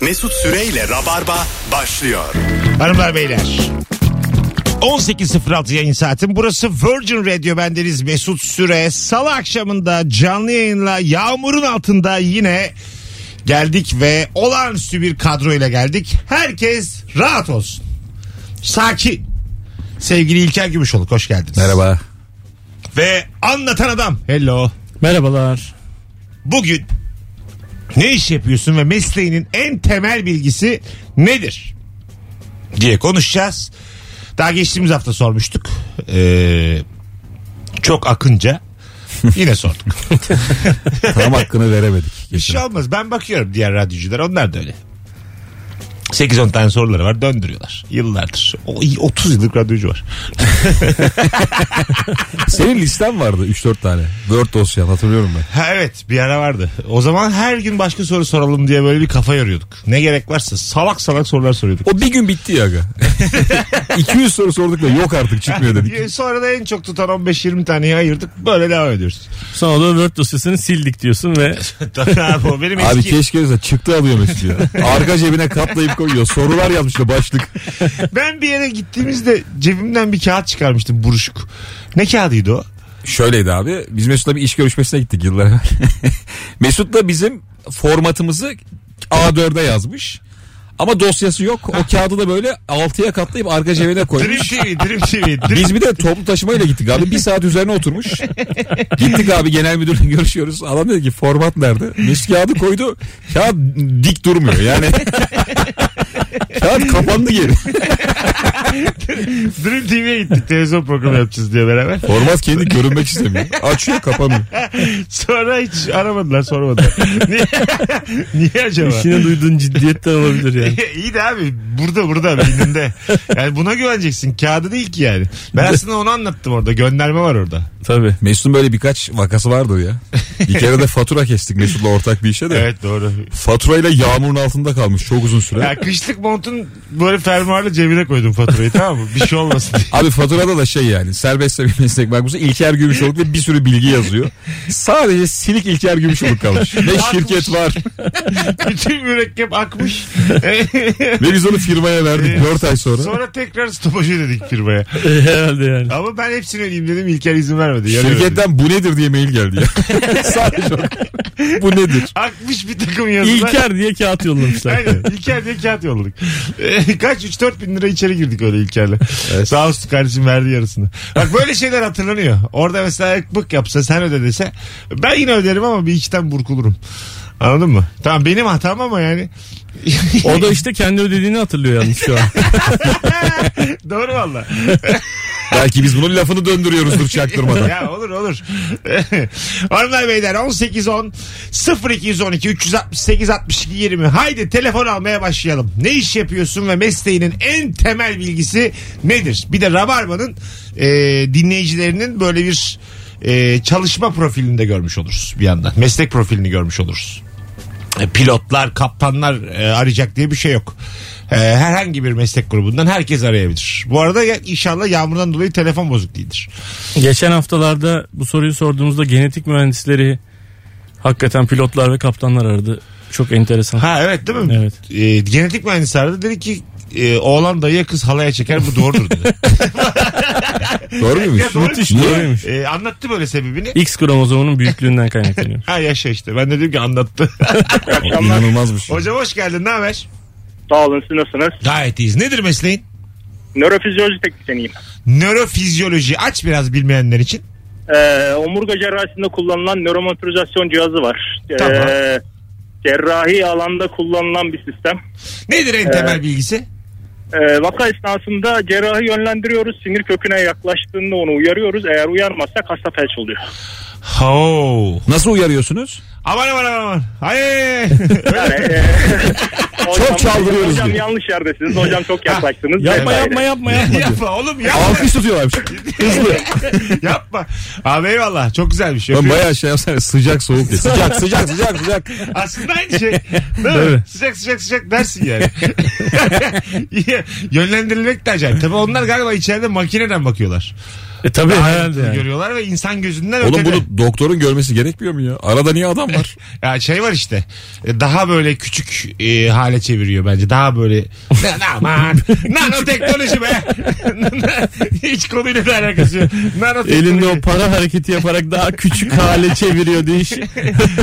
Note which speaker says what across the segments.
Speaker 1: Mesut Süreyle Rabarba başlıyor.
Speaker 2: Hanımlar beyler. 18.06 yayın saatim. Burası Virgin Radio. Bendeniz Mesut Süre. Salı akşamında canlı yayınla yağmurun altında yine geldik ve olağanüstü bir kadroyla geldik. Herkes rahat olsun. Sakin. Sevgili İlker Gümüşoluk hoş geldiniz.
Speaker 3: Merhaba.
Speaker 2: Ve anlatan adam. Hello.
Speaker 4: Merhabalar.
Speaker 2: Bugün ne iş yapıyorsun ve mesleğinin en temel bilgisi nedir? diye konuşacağız. Daha geçtiğimiz hafta sormuştuk. Ee, çok akınca yine sorduk.
Speaker 3: Tam hakkını veremedik.
Speaker 2: Bir şey olmaz. Ben bakıyorum diğer radyocular. Onlar da öyle. 8-10 tane soruları var döndürüyorlar yıllardır. O, 30 yıllık radyocu var.
Speaker 3: Senin listen vardı 3-4 tane. Word dosyan hatırlıyorum ben.
Speaker 2: Ha, evet bir ara vardı. O zaman her gün başka soru soralım diye böyle bir kafa yoruyorduk. Ne gerek varsa salak salak sorular soruyorduk.
Speaker 3: O bir gün bitti ya aga. 200 soru sorduk da yok artık çıkmıyor dedik.
Speaker 2: Ee, Sonra da en çok tutan 15-20 taneyi ayırdık. Böyle devam ediyoruz.
Speaker 4: Sonra da Word dosyasını sildik diyorsun ve
Speaker 2: Tabii abi o benim
Speaker 3: Abi
Speaker 2: eski...
Speaker 3: keşke mesela çıktı alıyor Mesut ya. Arka cebine katlayıp koyuyor. Sorular yazmış da başlık.
Speaker 2: Ben bir yere gittiğimizde cebimden bir kağıt çıkarmıştım buruşuk. Ne kağıdıydı o?
Speaker 3: Şöyleydi abi. Biz Mesut'la bir iş görüşmesine gittik yıllar evvel. Mesut'la bizim formatımızı A4'e yazmış. Ama dosyası yok. O kağıdı da böyle 6'ya katlayıp arka cebine
Speaker 2: Dream
Speaker 3: koymuş.
Speaker 2: TV, Dream TV. Dream-
Speaker 3: Biz bir de toplu taşımayla gittik abi. Bir saat üzerine oturmuş. Gittik abi genel müdürle görüşüyoruz. Adam dedi ki format nerede? Mesut kağıdı koydu. Kağıt dik durmuyor yani. Kağıt kapandı geri.
Speaker 2: Dream TV'ye gittik televizyon programı yapacağız diye beraber.
Speaker 3: Format kendi görünmek istemiyor. Açıyor kapanıyor.
Speaker 2: Sonra hiç aramadılar sormadılar. Niye, Niye acaba?
Speaker 4: işine duyduğun ciddiyetten olabilir yani.
Speaker 2: İyi de abi burada burada beyninde. Yani buna güveneceksin. Kağıdı değil ki yani. Ben aslında onu anlattım orada. Gönderme var orada.
Speaker 4: Tabii.
Speaker 3: Mesut'un böyle birkaç vakası vardı ya. Bir kere de fatura kestik Mesut'la ortak bir işe de.
Speaker 2: Evet doğru.
Speaker 3: Faturayla yağmurun altında kalmış çok uzun süre.
Speaker 2: Ya kışlık montun böyle fermuarlı cebine koydum faturayı tamam mı? Bir şey olmasın diye.
Speaker 3: Abi faturada da şey yani serbestse bir meslek bakmışsa İlker Gümüşoluk ve bir sürü bilgi yazıyor. Sadece silik İlker Gümüşoluk kalmış. Ne şirket var
Speaker 2: Bütün mürekkep akmış.
Speaker 3: ve biz onu firmaya verdik 4 ay sonra.
Speaker 2: Sonra tekrar stopajı dedik firmaya.
Speaker 4: E, herhalde yani.
Speaker 2: Ama ben hepsini ödeyeyim dedim. İlker izin vermedi. Yanıyorum dedi.
Speaker 3: Şirketten bu nedir diye mail geldi ya. Sadece o. bu nedir?
Speaker 2: Akmış bir takım yazılar.
Speaker 4: İlker diye kağıt yollamışlar.
Speaker 2: Aynen. İlker diye kağıt yolladık. Eh, Kaç? 3-4 bin lira içeri girdik öyle İlker'le. Sağ olsun kardeşim verdi yarısını. Bak böyle şeyler hatırlanıyor. Orada mesela bık yapsa sen öde dese ben yine öderim ama bir içten burkulurum. Anladın mı? Tamam benim hatam ama yani.
Speaker 4: o da işte kendi ödediğini hatırlıyor yalnız şu an.
Speaker 2: Doğru valla.
Speaker 3: Belki biz bunun lafını döndürüyoruzdur çaktırmadan.
Speaker 2: ya olur olur. Hanımlar beyler 18 10 0212 368 62 20. Haydi telefon almaya başlayalım. Ne iş yapıyorsun ve mesleğinin en temel bilgisi nedir? Bir de Rabarba'nın e, dinleyicilerinin böyle bir e, çalışma profilini de görmüş oluruz bir yandan. Meslek profilini görmüş oluruz. E, Pilotlar, kaptanlar e, arayacak diye bir şey yok. E, herhangi bir meslek grubundan herkes arayabilir. Bu arada ya- inşallah yağmurdan dolayı telefon bozuk değildir.
Speaker 4: Geçen haftalarda bu soruyu sorduğumuzda genetik mühendisleri hakikaten pilotlar ve kaptanlar aradı. Çok enteresan.
Speaker 2: Ha evet değil mi?
Speaker 4: Evet.
Speaker 2: Ee, genetik mühendisi aradı. Dedi ki e, oğlan dayıya kız halaya çeker bu doğrudur dedi.
Speaker 3: Doğru muymuş?
Speaker 2: Ya doğru. Müthiş,
Speaker 3: Niye?
Speaker 4: doğruymuş.
Speaker 2: Ee, anlattı böyle sebebini.
Speaker 4: X kromozomunun büyüklüğünden kaynaklanıyor.
Speaker 2: Ha yaşa işte. Ben de dedim ki anlattı.
Speaker 3: İnanılmazmış.
Speaker 2: Hocam hoş geldin. Ne haber?
Speaker 5: Sağ olun siz nasılsınız?
Speaker 2: Gayet iyiyiz. Nedir mesleğin?
Speaker 5: Nörofizyoloji teknisyeniyim.
Speaker 2: Nörofizyoloji. Aç biraz bilmeyenler için.
Speaker 5: Ee, omurga cerrahisinde kullanılan nöromotorizasyon cihazı var. Ee,
Speaker 2: Tamam.
Speaker 5: cerrahi alanda kullanılan bir sistem.
Speaker 2: Nedir en temel bilgisi?
Speaker 5: Ee, vaka esnasında cerrahi yönlendiriyoruz. Sinir köküne yaklaştığında onu uyarıyoruz. Eğer uyarmazsak hasta felç oluyor.
Speaker 2: Ho.
Speaker 3: Nasıl uyarıyorsunuz?
Speaker 2: Aman aman aman aman. Hayır.
Speaker 5: Yani, e,
Speaker 3: Çok çaldırıyoruz
Speaker 5: Hocam
Speaker 3: diyor.
Speaker 5: yanlış yerdesiniz. Hocam çok yaklaştınız.
Speaker 4: yapma
Speaker 5: Vesaire.
Speaker 4: yapma yapma yapma.
Speaker 2: yapma oğlum yapma.
Speaker 3: Alkış tutuyorlarmış. Hızlı.
Speaker 2: yapma. Abi eyvallah. Çok güzelmiş.
Speaker 3: Ben
Speaker 2: Öpüyorum.
Speaker 3: bayağı şey yapsana sıcak soğuk diye. Sıcak sıcak sıcak sıcak.
Speaker 2: Aslında aynı şey. Değil mi?
Speaker 4: Tabii.
Speaker 2: Sıcak sıcak sıcak dersin yani. Yönlendirilmek de acayip. Tabii onlar galiba içeride makineden bakıyorlar.
Speaker 4: E tabii
Speaker 2: Daha
Speaker 4: herhalde
Speaker 2: ayrıntılı
Speaker 4: yani.
Speaker 2: görüyorlar ve insan gözünden
Speaker 3: Oğlum
Speaker 2: ötede.
Speaker 3: bunu doktorun görmesi gerekmiyor mu ya? Arada niye adam var?
Speaker 2: Ya şey var işte e, daha böyle küçük e, hale çeviriyor bence. Daha böyle "Ne- ne aman nanoteknoloji be. Hiç konuyla da alakası yok. Nanoteknoloji.
Speaker 4: Elinde o para hareketi yaparak daha küçük hale çeviriyordu iş.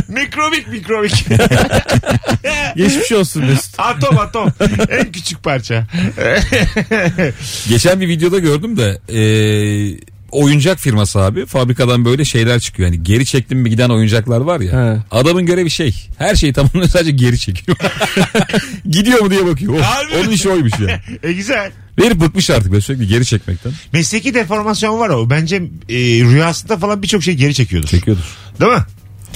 Speaker 2: Mikrobik mikrobik.
Speaker 4: Geçmiş olsun Mesut.
Speaker 2: atom atom. En küçük parça.
Speaker 3: Geçen bir videoda gördüm de e, oyuncak firması abi fabrikadan böyle şeyler çıkıyor. Yani geri çektim mi giden oyuncaklar var ya.
Speaker 4: He.
Speaker 3: Adamın görevi şey. Her şeyi tamamlıyor sadece geri çekiyor. Gidiyor mu diye bakıyor. O-
Speaker 2: Harbi mi?
Speaker 3: onun işi oymuş yani.
Speaker 2: E güzel.
Speaker 3: Herif bıkmış artık böyle sürekli geri çekmekten.
Speaker 2: Mesleki deformasyon var o. Bence e, rüyasında falan birçok şey geri çekiyordur.
Speaker 3: Çekiyordur.
Speaker 2: Değil mi?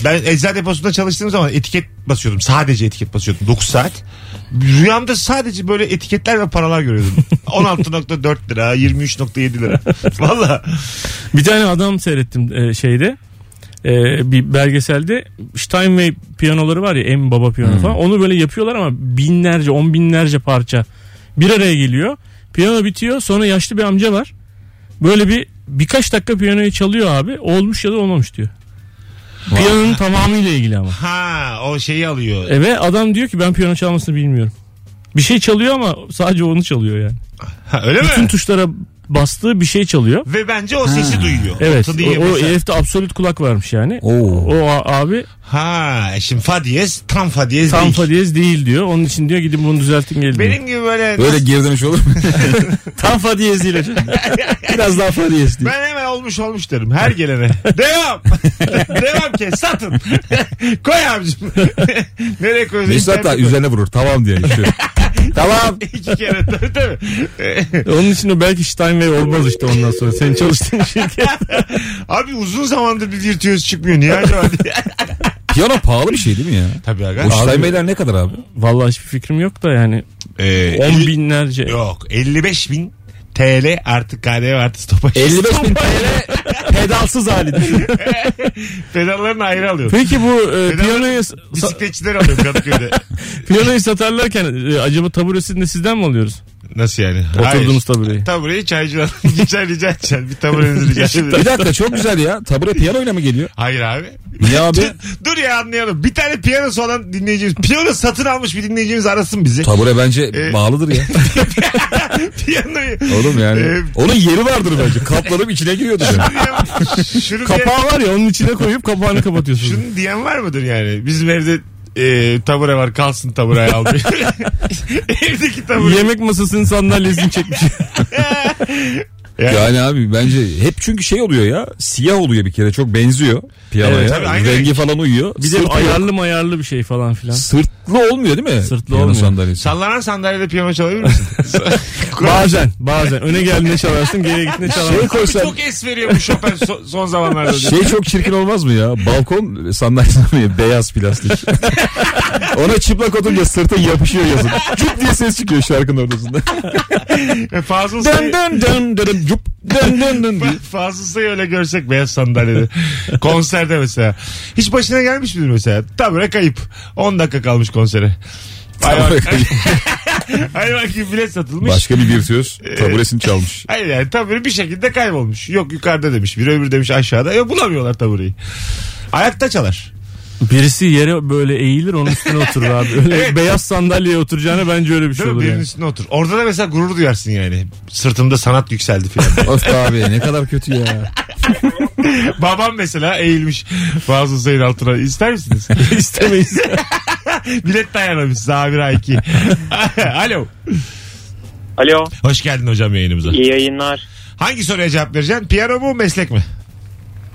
Speaker 2: Ben eczacı deposunda çalıştığım zaman etiket basıyordum. Sadece etiket basıyordum. 9 saat. Rüyamda sadece böyle etiketler ve paralar görüyordum. 16.4 lira, 23.7 lira. Valla.
Speaker 4: Bir tane adam seyrettim e, şeyde. E, bir belgeselde Steinway piyanoları var ya en baba piyano falan. Onu böyle yapıyorlar ama binlerce on binlerce parça bir araya geliyor. Piyano bitiyor sonra yaşlı bir amca var. Böyle bir birkaç dakika piyanoyu çalıyor abi. Olmuş ya da olmamış diyor. Piyanonun tamamıyla ilgili ama.
Speaker 2: Ha o şeyi alıyor.
Speaker 4: E ve adam diyor ki ben piyano çalmasını bilmiyorum. Bir şey çalıyor ama sadece onu çalıyor yani.
Speaker 2: Ha, öyle
Speaker 4: Bütün
Speaker 2: mi?
Speaker 4: tuşlara bastığı bir şey çalıyor.
Speaker 2: Ve bence o sesi duyuyor.
Speaker 4: Evet. O,
Speaker 2: Tı diye
Speaker 4: o
Speaker 2: mesela.
Speaker 4: herifte absolut kulak varmış yani.
Speaker 3: Oo.
Speaker 4: O a- abi
Speaker 2: Ha e, şimdi fa diyez, tam fa diyez
Speaker 4: tam
Speaker 2: değil.
Speaker 4: fa diyez değil diyor. Onun için diyor gidin bunu düzeltin gelin. diyor.
Speaker 2: Benim gibi böyle...
Speaker 3: Öyle geri dönüş olur mu?
Speaker 4: tam fa diyez değil hocam.
Speaker 3: Biraz daha falan diye.
Speaker 2: Ben hemen olmuş olmuş derim her gelene. Devam. Devam ki satın. Koy abicim. Nereye koyuyorsun?
Speaker 3: Mesut hatta
Speaker 2: İnternete koy.
Speaker 3: üzerine vurur. Tamam diye düşüyor. tamam.
Speaker 2: İki kere tabii tabii.
Speaker 4: Onun için o belki Steinway olmaz işte ondan sonra. Senin çalıştığın şirket.
Speaker 2: Abi uzun zamandır bir virtüöz çıkmıyor. Niye acaba diye.
Speaker 3: Piyano pahalı bir şey değil mi ya?
Speaker 2: Tabii aga.
Speaker 3: Bu Steinway'ler ne kadar abi?
Speaker 4: Vallahi hiçbir fikrim yok da yani.
Speaker 2: Ee,
Speaker 4: On
Speaker 2: elli-
Speaker 4: binlerce.
Speaker 2: Yok 55 bin TL artık KDV artı stopaj.
Speaker 3: 55 bin TL pedalsız hali düşün.
Speaker 2: Pedallarını ayrı alıyor.
Speaker 4: Peki bu e,
Speaker 2: Pedal-
Speaker 4: piyanoyu, sa-
Speaker 2: Bisikletçiler alıyor Kadıköy'de.
Speaker 4: piyanoyu satarlarken e, acaba taburesini de sizden mi alıyoruz?
Speaker 2: Nasıl yani?
Speaker 4: Oturduğunuz tabureyi.
Speaker 2: Tabureyi çaycıdan. Rica rica edeceğim. Bir taburenizi rica
Speaker 3: Bir
Speaker 2: edeceğim.
Speaker 3: dakika çok güzel ya. Tabure piyanoyla mı geliyor?
Speaker 2: Hayır abi.
Speaker 3: Niye abi?
Speaker 2: Dur ya anlayalım. Bir tane piyanosu olan dinleyicimiz. Piyano satın almış bir dinleyicimiz arasın bizi.
Speaker 3: Tabure bence
Speaker 2: Ee,
Speaker 3: bağlıdır ya.
Speaker 2: Piyanoyu.
Speaker 3: E- Oğlum yani.
Speaker 2: Ee,
Speaker 3: Onun yeri vardır bence. Kaplanıp içine giriyordur. yani.
Speaker 2: Şunu- şunu diye-
Speaker 4: Kapağı var ya onun içine koyup kapağını kapatıyorsun.
Speaker 2: Şunu diyen var mıdır yani? Bizim evde e, tabure var kalsın taburayı al diye. Evdeki tabure.
Speaker 4: Yemek masasının sandalyesini çekmiş.
Speaker 3: Yani abi bence hep çünkü şey oluyor ya. Siyah oluyor bir kere. Çok benziyor piyanoya.
Speaker 2: Evet, tabii, aynı
Speaker 3: Rengi
Speaker 2: renk.
Speaker 3: falan uyuyor.
Speaker 4: Bir de
Speaker 3: Sırtlı-
Speaker 4: ayarlı mayarlı bir şey falan filan.
Speaker 3: Sırtlı olmuyor değil mi?
Speaker 4: Sırtlı
Speaker 3: Piyano
Speaker 4: olmuyor.
Speaker 3: Sandalyesi.
Speaker 2: Sallanan sandalyede piyano çalabilir misin?
Speaker 4: Bazen bazen öne geldiğinde çalarsın geriye gittiğinde
Speaker 3: Şey
Speaker 4: çalarsın.
Speaker 3: koysan,
Speaker 2: Çok es veriyor bu Chopin so- son zamanlarda. diye.
Speaker 3: şey çok çirkin olmaz mı ya? Balkon sandalyesi var ya, beyaz plastik. Ona çıplak oturunca sırta yapışıyor yazın. Cuk diye ses çıkıyor şarkının ortasında.
Speaker 2: E, Fazıl
Speaker 3: dön
Speaker 2: Say'ı
Speaker 3: dön dön dön cup dön dön dön diye.
Speaker 2: Fa- Fazıl Say'ı öyle görsek beyaz sandalyede. Konserde mesela. Hiç başına gelmiş midir mesela? Tabure kayıp. 10 dakika kalmış konsere. Hayvan, hayvan gibi bilet satılmış.
Speaker 3: Başka Ee, bir virtüöz taburesini çalmış.
Speaker 2: Hayır yani tabure bir şekilde kaybolmuş. Yok yukarıda demiş. Bir öbür demiş aşağıda. Yok bulamıyorlar tabureyi. Ayakta çalar.
Speaker 4: Birisi yere böyle eğilir onun üstüne oturur abi. Öyle
Speaker 2: Evet.
Speaker 4: beyaz sandalyeye oturacağına bence öyle bir şey
Speaker 2: Değil mi?
Speaker 4: olur
Speaker 2: Birinin
Speaker 4: yani.
Speaker 2: üstüne otur. Orada da mesela gurur duyarsın yani. Sırtımda sanat yükseldi filan.
Speaker 3: of abi ne kadar kötü ya.
Speaker 2: Babam mesela eğilmiş Fazıl Say'ın altına. İster misiniz?
Speaker 4: İstemeyiz.
Speaker 2: Bilet dayanamış. Zabir A2. Alo.
Speaker 5: Alo
Speaker 2: Hoş geldin hocam yayınımıza.
Speaker 5: iyi yayınlar.
Speaker 2: Hangi soruya cevap vereceksin? Piyano mu meslek mi?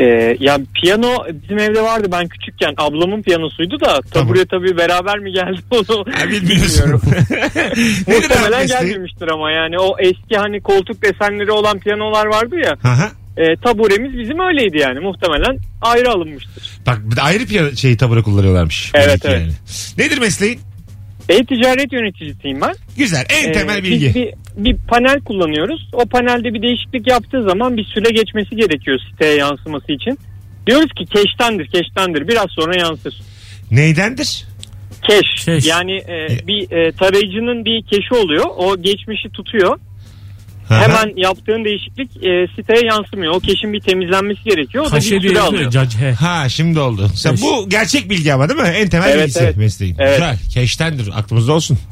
Speaker 5: Ee, ya piyano bizim evde vardı ben küçükken ablamın piyanosuydu da tabure tabii beraber mi geldi onu
Speaker 2: Ha, bilmiyorum. Nedir abi
Speaker 5: Muhtemelen
Speaker 2: mesleği?
Speaker 5: gelmemiştir ama yani o eski hani koltuk desenleri olan piyanolar vardı ya
Speaker 2: Aha.
Speaker 5: e, taburemiz bizim öyleydi yani muhtemelen ayrı alınmıştır.
Speaker 2: Bak bir de ayrı piyano şeyi tabure kullanıyorlarmış.
Speaker 5: Evet,
Speaker 2: Belki
Speaker 5: evet.
Speaker 2: Nedir mesleğin?
Speaker 5: E-ticaret E, yöneticisiyim ben.
Speaker 2: Güzel. En
Speaker 5: Ee,
Speaker 2: temel
Speaker 5: biz
Speaker 2: bilgi.
Speaker 5: Bir, bir panel kullanıyoruz. O panelde bir değişiklik yaptığı zaman bir süre geçmesi gerekiyor siteye yansıması için. Diyoruz ki keştendir keştendir biraz sonra yansır.
Speaker 2: Neydendir?
Speaker 5: Keş.
Speaker 4: Keş.
Speaker 5: Yani e, bir e, tarayıcının bir keşi oluyor. O geçmişi tutuyor. Hemen yaptığın değişiklik e, siteye yansımıyor. O keşin bir temizlenmesi gerekiyor. O da bir
Speaker 4: Haşe
Speaker 5: süre
Speaker 4: diye
Speaker 5: alıyor.
Speaker 4: cache.
Speaker 2: Ha şimdi oldu. Sen
Speaker 4: Keş.
Speaker 2: bu gerçek bilgi ama değil mi? En temel
Speaker 5: Evet,
Speaker 2: bilgisi
Speaker 5: evet.
Speaker 2: mesleğin.
Speaker 5: Evet.
Speaker 2: Güzel. Keştendir. Aklımızda olsun.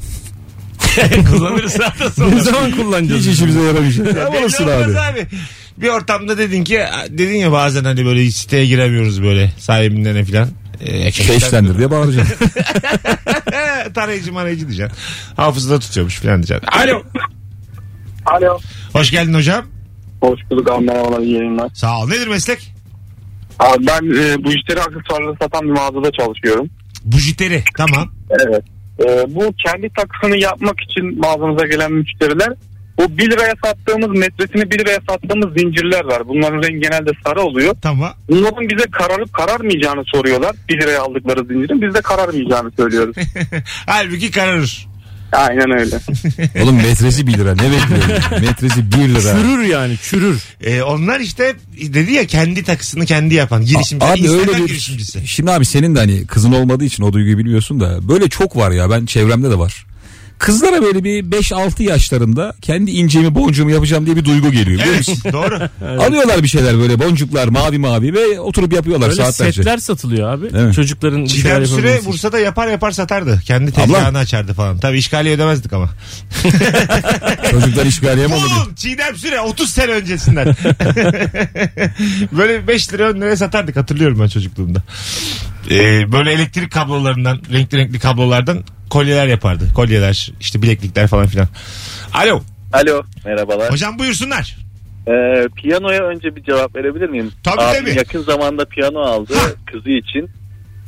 Speaker 2: Kullanırız hafta sonu.
Speaker 4: Ne zaman kullanacağız?
Speaker 3: Hiç işimize yaramayacak. Ama
Speaker 2: Belli
Speaker 3: olsun
Speaker 2: olmaz
Speaker 3: abi.
Speaker 2: Bir ortamda dedin ki dedin ya bazen hani böyle siteye giremiyoruz böyle sahibinden ne filan. Ee,
Speaker 3: Keştendir diye bağıracağım.
Speaker 2: Ee, tarayıcı marayıcı diyeceksin. Hafızada tutuyormuş filan diyeceksin. Alo.
Speaker 6: Alo.
Speaker 2: Hoş geldin hocam.
Speaker 6: Hoş bulduk abi merhabalar iyi yayınlar.
Speaker 2: Sağ ol. Nedir meslek?
Speaker 6: Abi ben e, bu işleri aksesuarları satan bir mağazada çalışıyorum.
Speaker 2: Bujiteri. Tamam.
Speaker 6: Evet. E, bu kendi takısını yapmak için mağazamıza gelen müşteriler bu 1 liraya sattığımız metresini 1 liraya sattığımız zincirler var. Bunların rengi genelde sarı oluyor.
Speaker 2: Tamam.
Speaker 6: Bunların bize kararıp kararmayacağını soruyorlar. 1 liraya aldıkları zincirin biz de kararmayacağını söylüyoruz.
Speaker 2: Halbuki kararır.
Speaker 6: Aynen öyle.
Speaker 3: Oğlum metresi 1 lira ne bekliyorsun? metresi 1 lira.
Speaker 4: Çürür yani çürür.
Speaker 2: Ee, onlar işte dedi ya kendi takısını kendi yapan girişimci.
Speaker 3: Abi
Speaker 2: Instagram
Speaker 3: öyle
Speaker 2: girişimcisi.
Speaker 3: bir... Şimdi abi senin de hani kızın olmadığı için o duyguyu bilmiyorsun da böyle çok var ya ben çevremde de var. Kızlara böyle bir 5-6 yaşlarında kendi incemi boncuğumu yapacağım diye bir duygu geliyor biliyor musun?
Speaker 2: Evet, doğru.
Speaker 3: Alıyorlar bir şeyler böyle boncuklar mavi mavi ve oturup yapıyorlar
Speaker 4: Böyle
Speaker 3: saatlerce.
Speaker 4: setler satılıyor abi.
Speaker 3: Evet.
Speaker 4: Çocukların bir şeyler
Speaker 2: Çiğdem Süre
Speaker 4: yapabilmesi için.
Speaker 2: Bursa'da yapar yapar satardı. Kendi tezgahını açardı falan. Tabii işgali ödemezdik ama.
Speaker 3: Çocuklar işgaliye mi olur?
Speaker 2: Oğlum Çiğdem Süre 30 sene öncesinden. böyle 5 lira 10 liraya satardık hatırlıyorum ben çocukluğumda. Ee, böyle elektrik kablolarından renkli renkli kablolardan kolyeler yapardı. Kolyeler işte bileklikler falan filan. Alo
Speaker 7: Alo merhabalar.
Speaker 2: hocam buyursunlar.
Speaker 7: Ee, piyanoya önce bir cevap verebilir miyim?
Speaker 2: Tabii,
Speaker 7: Abim
Speaker 2: tabii.
Speaker 7: yakın zamanda piyano aldı kızı için.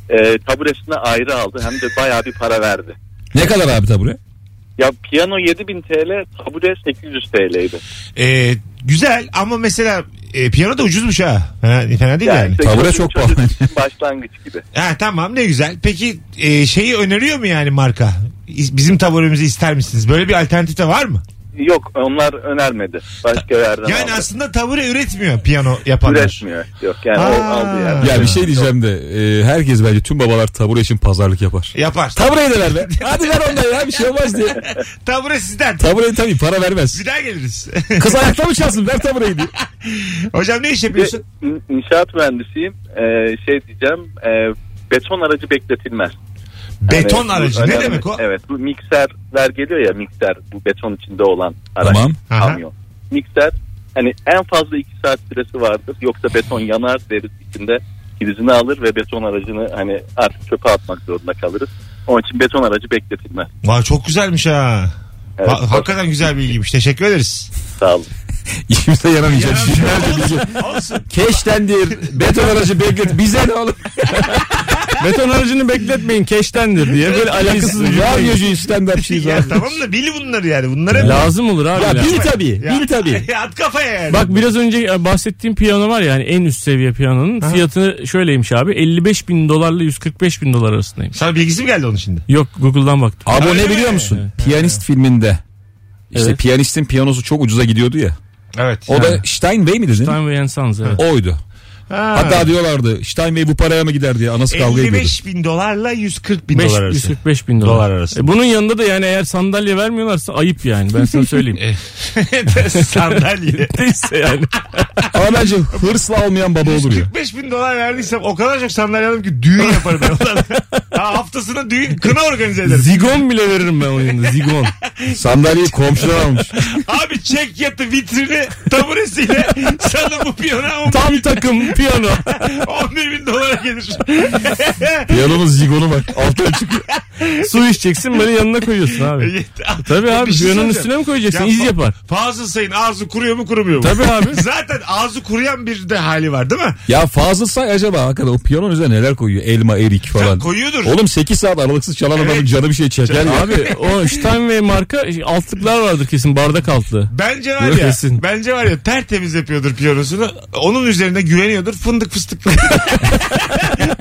Speaker 7: Ee, taburesini ayrı aldı hem de bayağı bir para verdi.
Speaker 3: Ne kadar abi tabure?
Speaker 7: Ya piyano 7000 TL, tabure 800 TL'ydi.
Speaker 2: Ee, güzel ama mesela e, piyano da ucuzmuş ha. ha fena değil yani.
Speaker 7: işte
Speaker 3: tabure
Speaker 7: çocuk-
Speaker 3: çok
Speaker 7: çocuk
Speaker 3: pahalı.
Speaker 7: için Başlangıç gibi.
Speaker 2: Ha, tamam ne güzel. Peki e, şeyi öneriyor mu yani marka? İ- Bizim taburemizi ister misiniz? Böyle bir alternatif de var mı?
Speaker 7: Yok onlar önermedi. Başka yerden
Speaker 2: Yani
Speaker 7: aldı.
Speaker 2: aslında tabure üretmiyor piyano yapanlar.
Speaker 7: Üretmiyor. Yok yani o
Speaker 2: Aa.
Speaker 7: aldı yani.
Speaker 3: Ya bir şey diyeceğim de e, herkes bence tüm babalar tabure için pazarlık yapar.
Speaker 2: Yapar.
Speaker 3: Tabureyi de ver be. Hadi ver onda ya bir şey olmaz diye.
Speaker 2: Tabure sizden.
Speaker 3: Tabureyi tabii para vermez.
Speaker 2: Bir daha geliriz.
Speaker 3: Kız ayakta mı çalsın ver tabureyi diye.
Speaker 2: Hocam ne iş
Speaker 7: Bir de
Speaker 2: yapıyorsun?
Speaker 7: in- İnşaat mühendisiyim. Ee, şey diyeceğim. e, beton aracı bekletilmez.
Speaker 2: Beton
Speaker 7: Evet,
Speaker 2: aracı.
Speaker 7: bu
Speaker 2: Ne
Speaker 7: önemli.
Speaker 2: demek o?
Speaker 7: Evet bu mikserler geliyor ya mikser bu beton içinde olan araç.
Speaker 3: Tamam.
Speaker 2: Aha.
Speaker 7: Kamyon. Mikser hani en fazla 2 saat süresi vardır yoksa beton yanar deriz içinde krizini alır ve beton aracını hani artık çöpe atmak zorunda kalırız. Onun için beton aracı bekletilmez.
Speaker 2: Vay çok güzelmiş ha.
Speaker 7: Evet,
Speaker 2: Ha- hakikaten güzel bilgiymiş. Teşekkür ederiz.
Speaker 7: Sağ olun.
Speaker 3: İşimize yaramayacak.
Speaker 2: Yaramayacak. Olsun, Olsun.
Speaker 3: Keştendir. Beton aracı beklet. Bize ne oğlum?
Speaker 4: Beton aracını bekletmeyin keştendir diye böyle alakasız bir
Speaker 3: Radyocu stand upçıyız
Speaker 2: Ya,
Speaker 3: abi.
Speaker 2: tamam da bil bunları yani. Bunları
Speaker 4: Lazım olur abi.
Speaker 3: Ya
Speaker 4: lazım.
Speaker 3: bil tabii.
Speaker 2: Ya-
Speaker 3: Bil tabii.
Speaker 2: Ya at kafaya yani.
Speaker 4: Bak biraz önce e, bahsettiğim piyano var ya hani en üst seviye piyanonun fiyatı şöyleymiş abi 55 bin dolarla 145 bin dolar arasındaymış.
Speaker 2: Sana bilgisi mi geldi onun şimdi?
Speaker 4: Yok Google'dan baktım.
Speaker 3: Abi o
Speaker 2: Öyle
Speaker 3: ne
Speaker 2: mi?
Speaker 3: biliyor musun? Piyanist filminde. İşte
Speaker 4: Evet.
Speaker 3: piyanistin piyanosu çok ucuza gidiyordu ya.
Speaker 2: Evet.
Speaker 3: O da Steinway mi dedin?
Speaker 4: Steinway Sons evet.
Speaker 3: Oydu. Hatta diyorlardı Steinway bu paraya mı gider diye
Speaker 2: E,
Speaker 3: anası kavga ediyordu.
Speaker 2: 55 bin dolarla 140 bin
Speaker 4: Beş-
Speaker 2: dolar arası.
Speaker 4: 145 bin dolar.
Speaker 2: Dolar arası.
Speaker 4: E, bunun yanında da yani eğer sandalye vermiyorlarsa ayıp yani ben sana söyleyeyim.
Speaker 2: Sandalye.
Speaker 4: Neyse yani.
Speaker 3: Ama bence hırsla almayan baba olur ya.
Speaker 2: 45 bin dolar verdiysem o kadar çok sandalye alırım ki düğün yaparım ben onlarla. ha, haftasına düğün kına organize ederim.
Speaker 4: Zigon bile veririm ben onun yanında zigon.
Speaker 3: Sandalyeyi komşudan almış.
Speaker 2: Abi çek yatı vitrini taburesiyle sana bu piyona on-
Speaker 4: Tam takım piyano.
Speaker 2: 11 bin dolara gelir.
Speaker 3: Piyanonun zigonu bak. Alttan çıkıyor.
Speaker 4: Su içeceksin böyle yanına koyuyorsun abi. Tabii abi
Speaker 2: Bir şey
Speaker 4: piyanonun
Speaker 2: söyleyeceğim.
Speaker 4: üstüne mi koyacaksın?
Speaker 2: Ya
Speaker 4: İz
Speaker 2: fa-
Speaker 4: yapar.
Speaker 2: Fazıl Say'ın ağzı kuruyor mu kurumuyor mu?
Speaker 4: Tabii abi.
Speaker 2: Zaten ağzı kuruyan bir de hali var değil mi?
Speaker 3: Ya Fazıl Say acaba hakikaten o piyanonun üzerine neler koyuyor? Elma, erik
Speaker 2: Ya
Speaker 3: falan.
Speaker 2: koyuyordur.
Speaker 3: Oğlum 8 saat aralıksız çalan adamın
Speaker 2: Evet.
Speaker 3: canı bir şey çeker ya.
Speaker 4: Abi o Steinway marka altlıklar vardır kesin bardak altlığı.
Speaker 2: Bence var ya.
Speaker 4: Kesin.
Speaker 2: Bence var ya tertemiz yapıyordur piyanosunu. Onun üzerine güveniyordur. Fındık fıstık.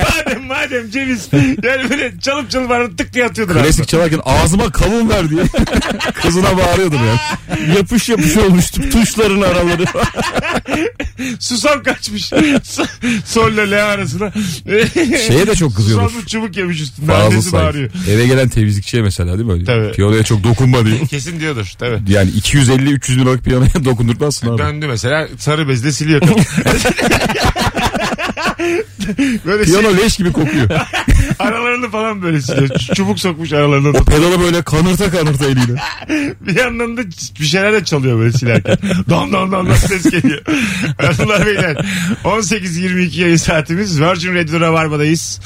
Speaker 2: Madem madem ceviz yani böyle çalıp çalıp arada tık diye atıyordur. abi.
Speaker 3: Klasik çalarken ağzıma kavun ver diye kızına bağırıyordum yani. Yapış yapış olmuştu tuşların araları.
Speaker 2: Susam kaçmış. So- Sol'la L arasına.
Speaker 3: Şeye de çok kızıyordur.
Speaker 2: Susamlı çubuk yemiş üstünde.
Speaker 3: Fazla
Speaker 2: Annesi
Speaker 3: say.
Speaker 2: bağırıyor.
Speaker 3: Eve gelen temizlikçiye mesela değil mi? Öyle?
Speaker 2: Tabii.
Speaker 3: Piyanoya çok dokunma diye.
Speaker 2: Kesin diyordur. Tabii.
Speaker 3: Yani 250-300 liralık piyanoya dokundurmazsın abi.
Speaker 2: Döndü mesela sarı bezle siliyor kadın. böyle şey,
Speaker 3: Piyano leş gibi kokuyor.
Speaker 2: aralarını falan böyle siliyor. Ç- Çubuk sokmuş aralarına.
Speaker 3: O pedalı böyle kanırta kanırta eliyle.
Speaker 2: Bir yandan da bir şeyler de çalıyor böyle silerken. Dam dam dam dam ses geliyor. Hanımlar beyler 18.22 yayın saatimiz Virgin Radio Rabarba'dayız.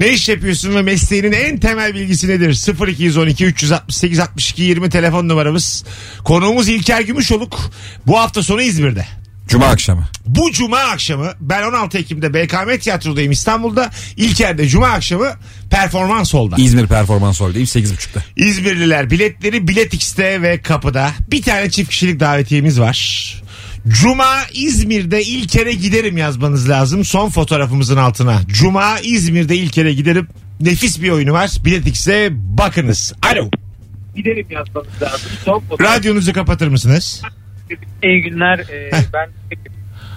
Speaker 2: Ne iş yapıyorsun ve mesleğinin en temel bilgisi nedir? 0212 368 62 20 telefon numaramız. Konuğumuz İlker Gümüşoluk. Bu hafta sonu İzmir'de.
Speaker 3: Cuma akşamı.
Speaker 2: Bu cuma akşamı ben 16 Ekim'de BKM Tiyatro'dayım İstanbul'da. İlker'de cuma akşamı performans oldu.
Speaker 3: İzmir performans oradayım 8.30'da.
Speaker 2: İzmirliler biletleri Bilet X'te ve kapıda. Bir tane çift kişilik davetiyemiz var. Cuma İzmir'de ilk kere giderim yazmanız lazım. Son fotoğrafımızın altına. Cuma İzmir'de ilk kere giderim. Nefis bir oyunu var. Bilet X'e bakınız. Alo.
Speaker 8: giderim yazmanız lazım. Son fotoğraf.
Speaker 2: Radyonuzu kapatır mısınız?
Speaker 8: İyi günler. Ee, ben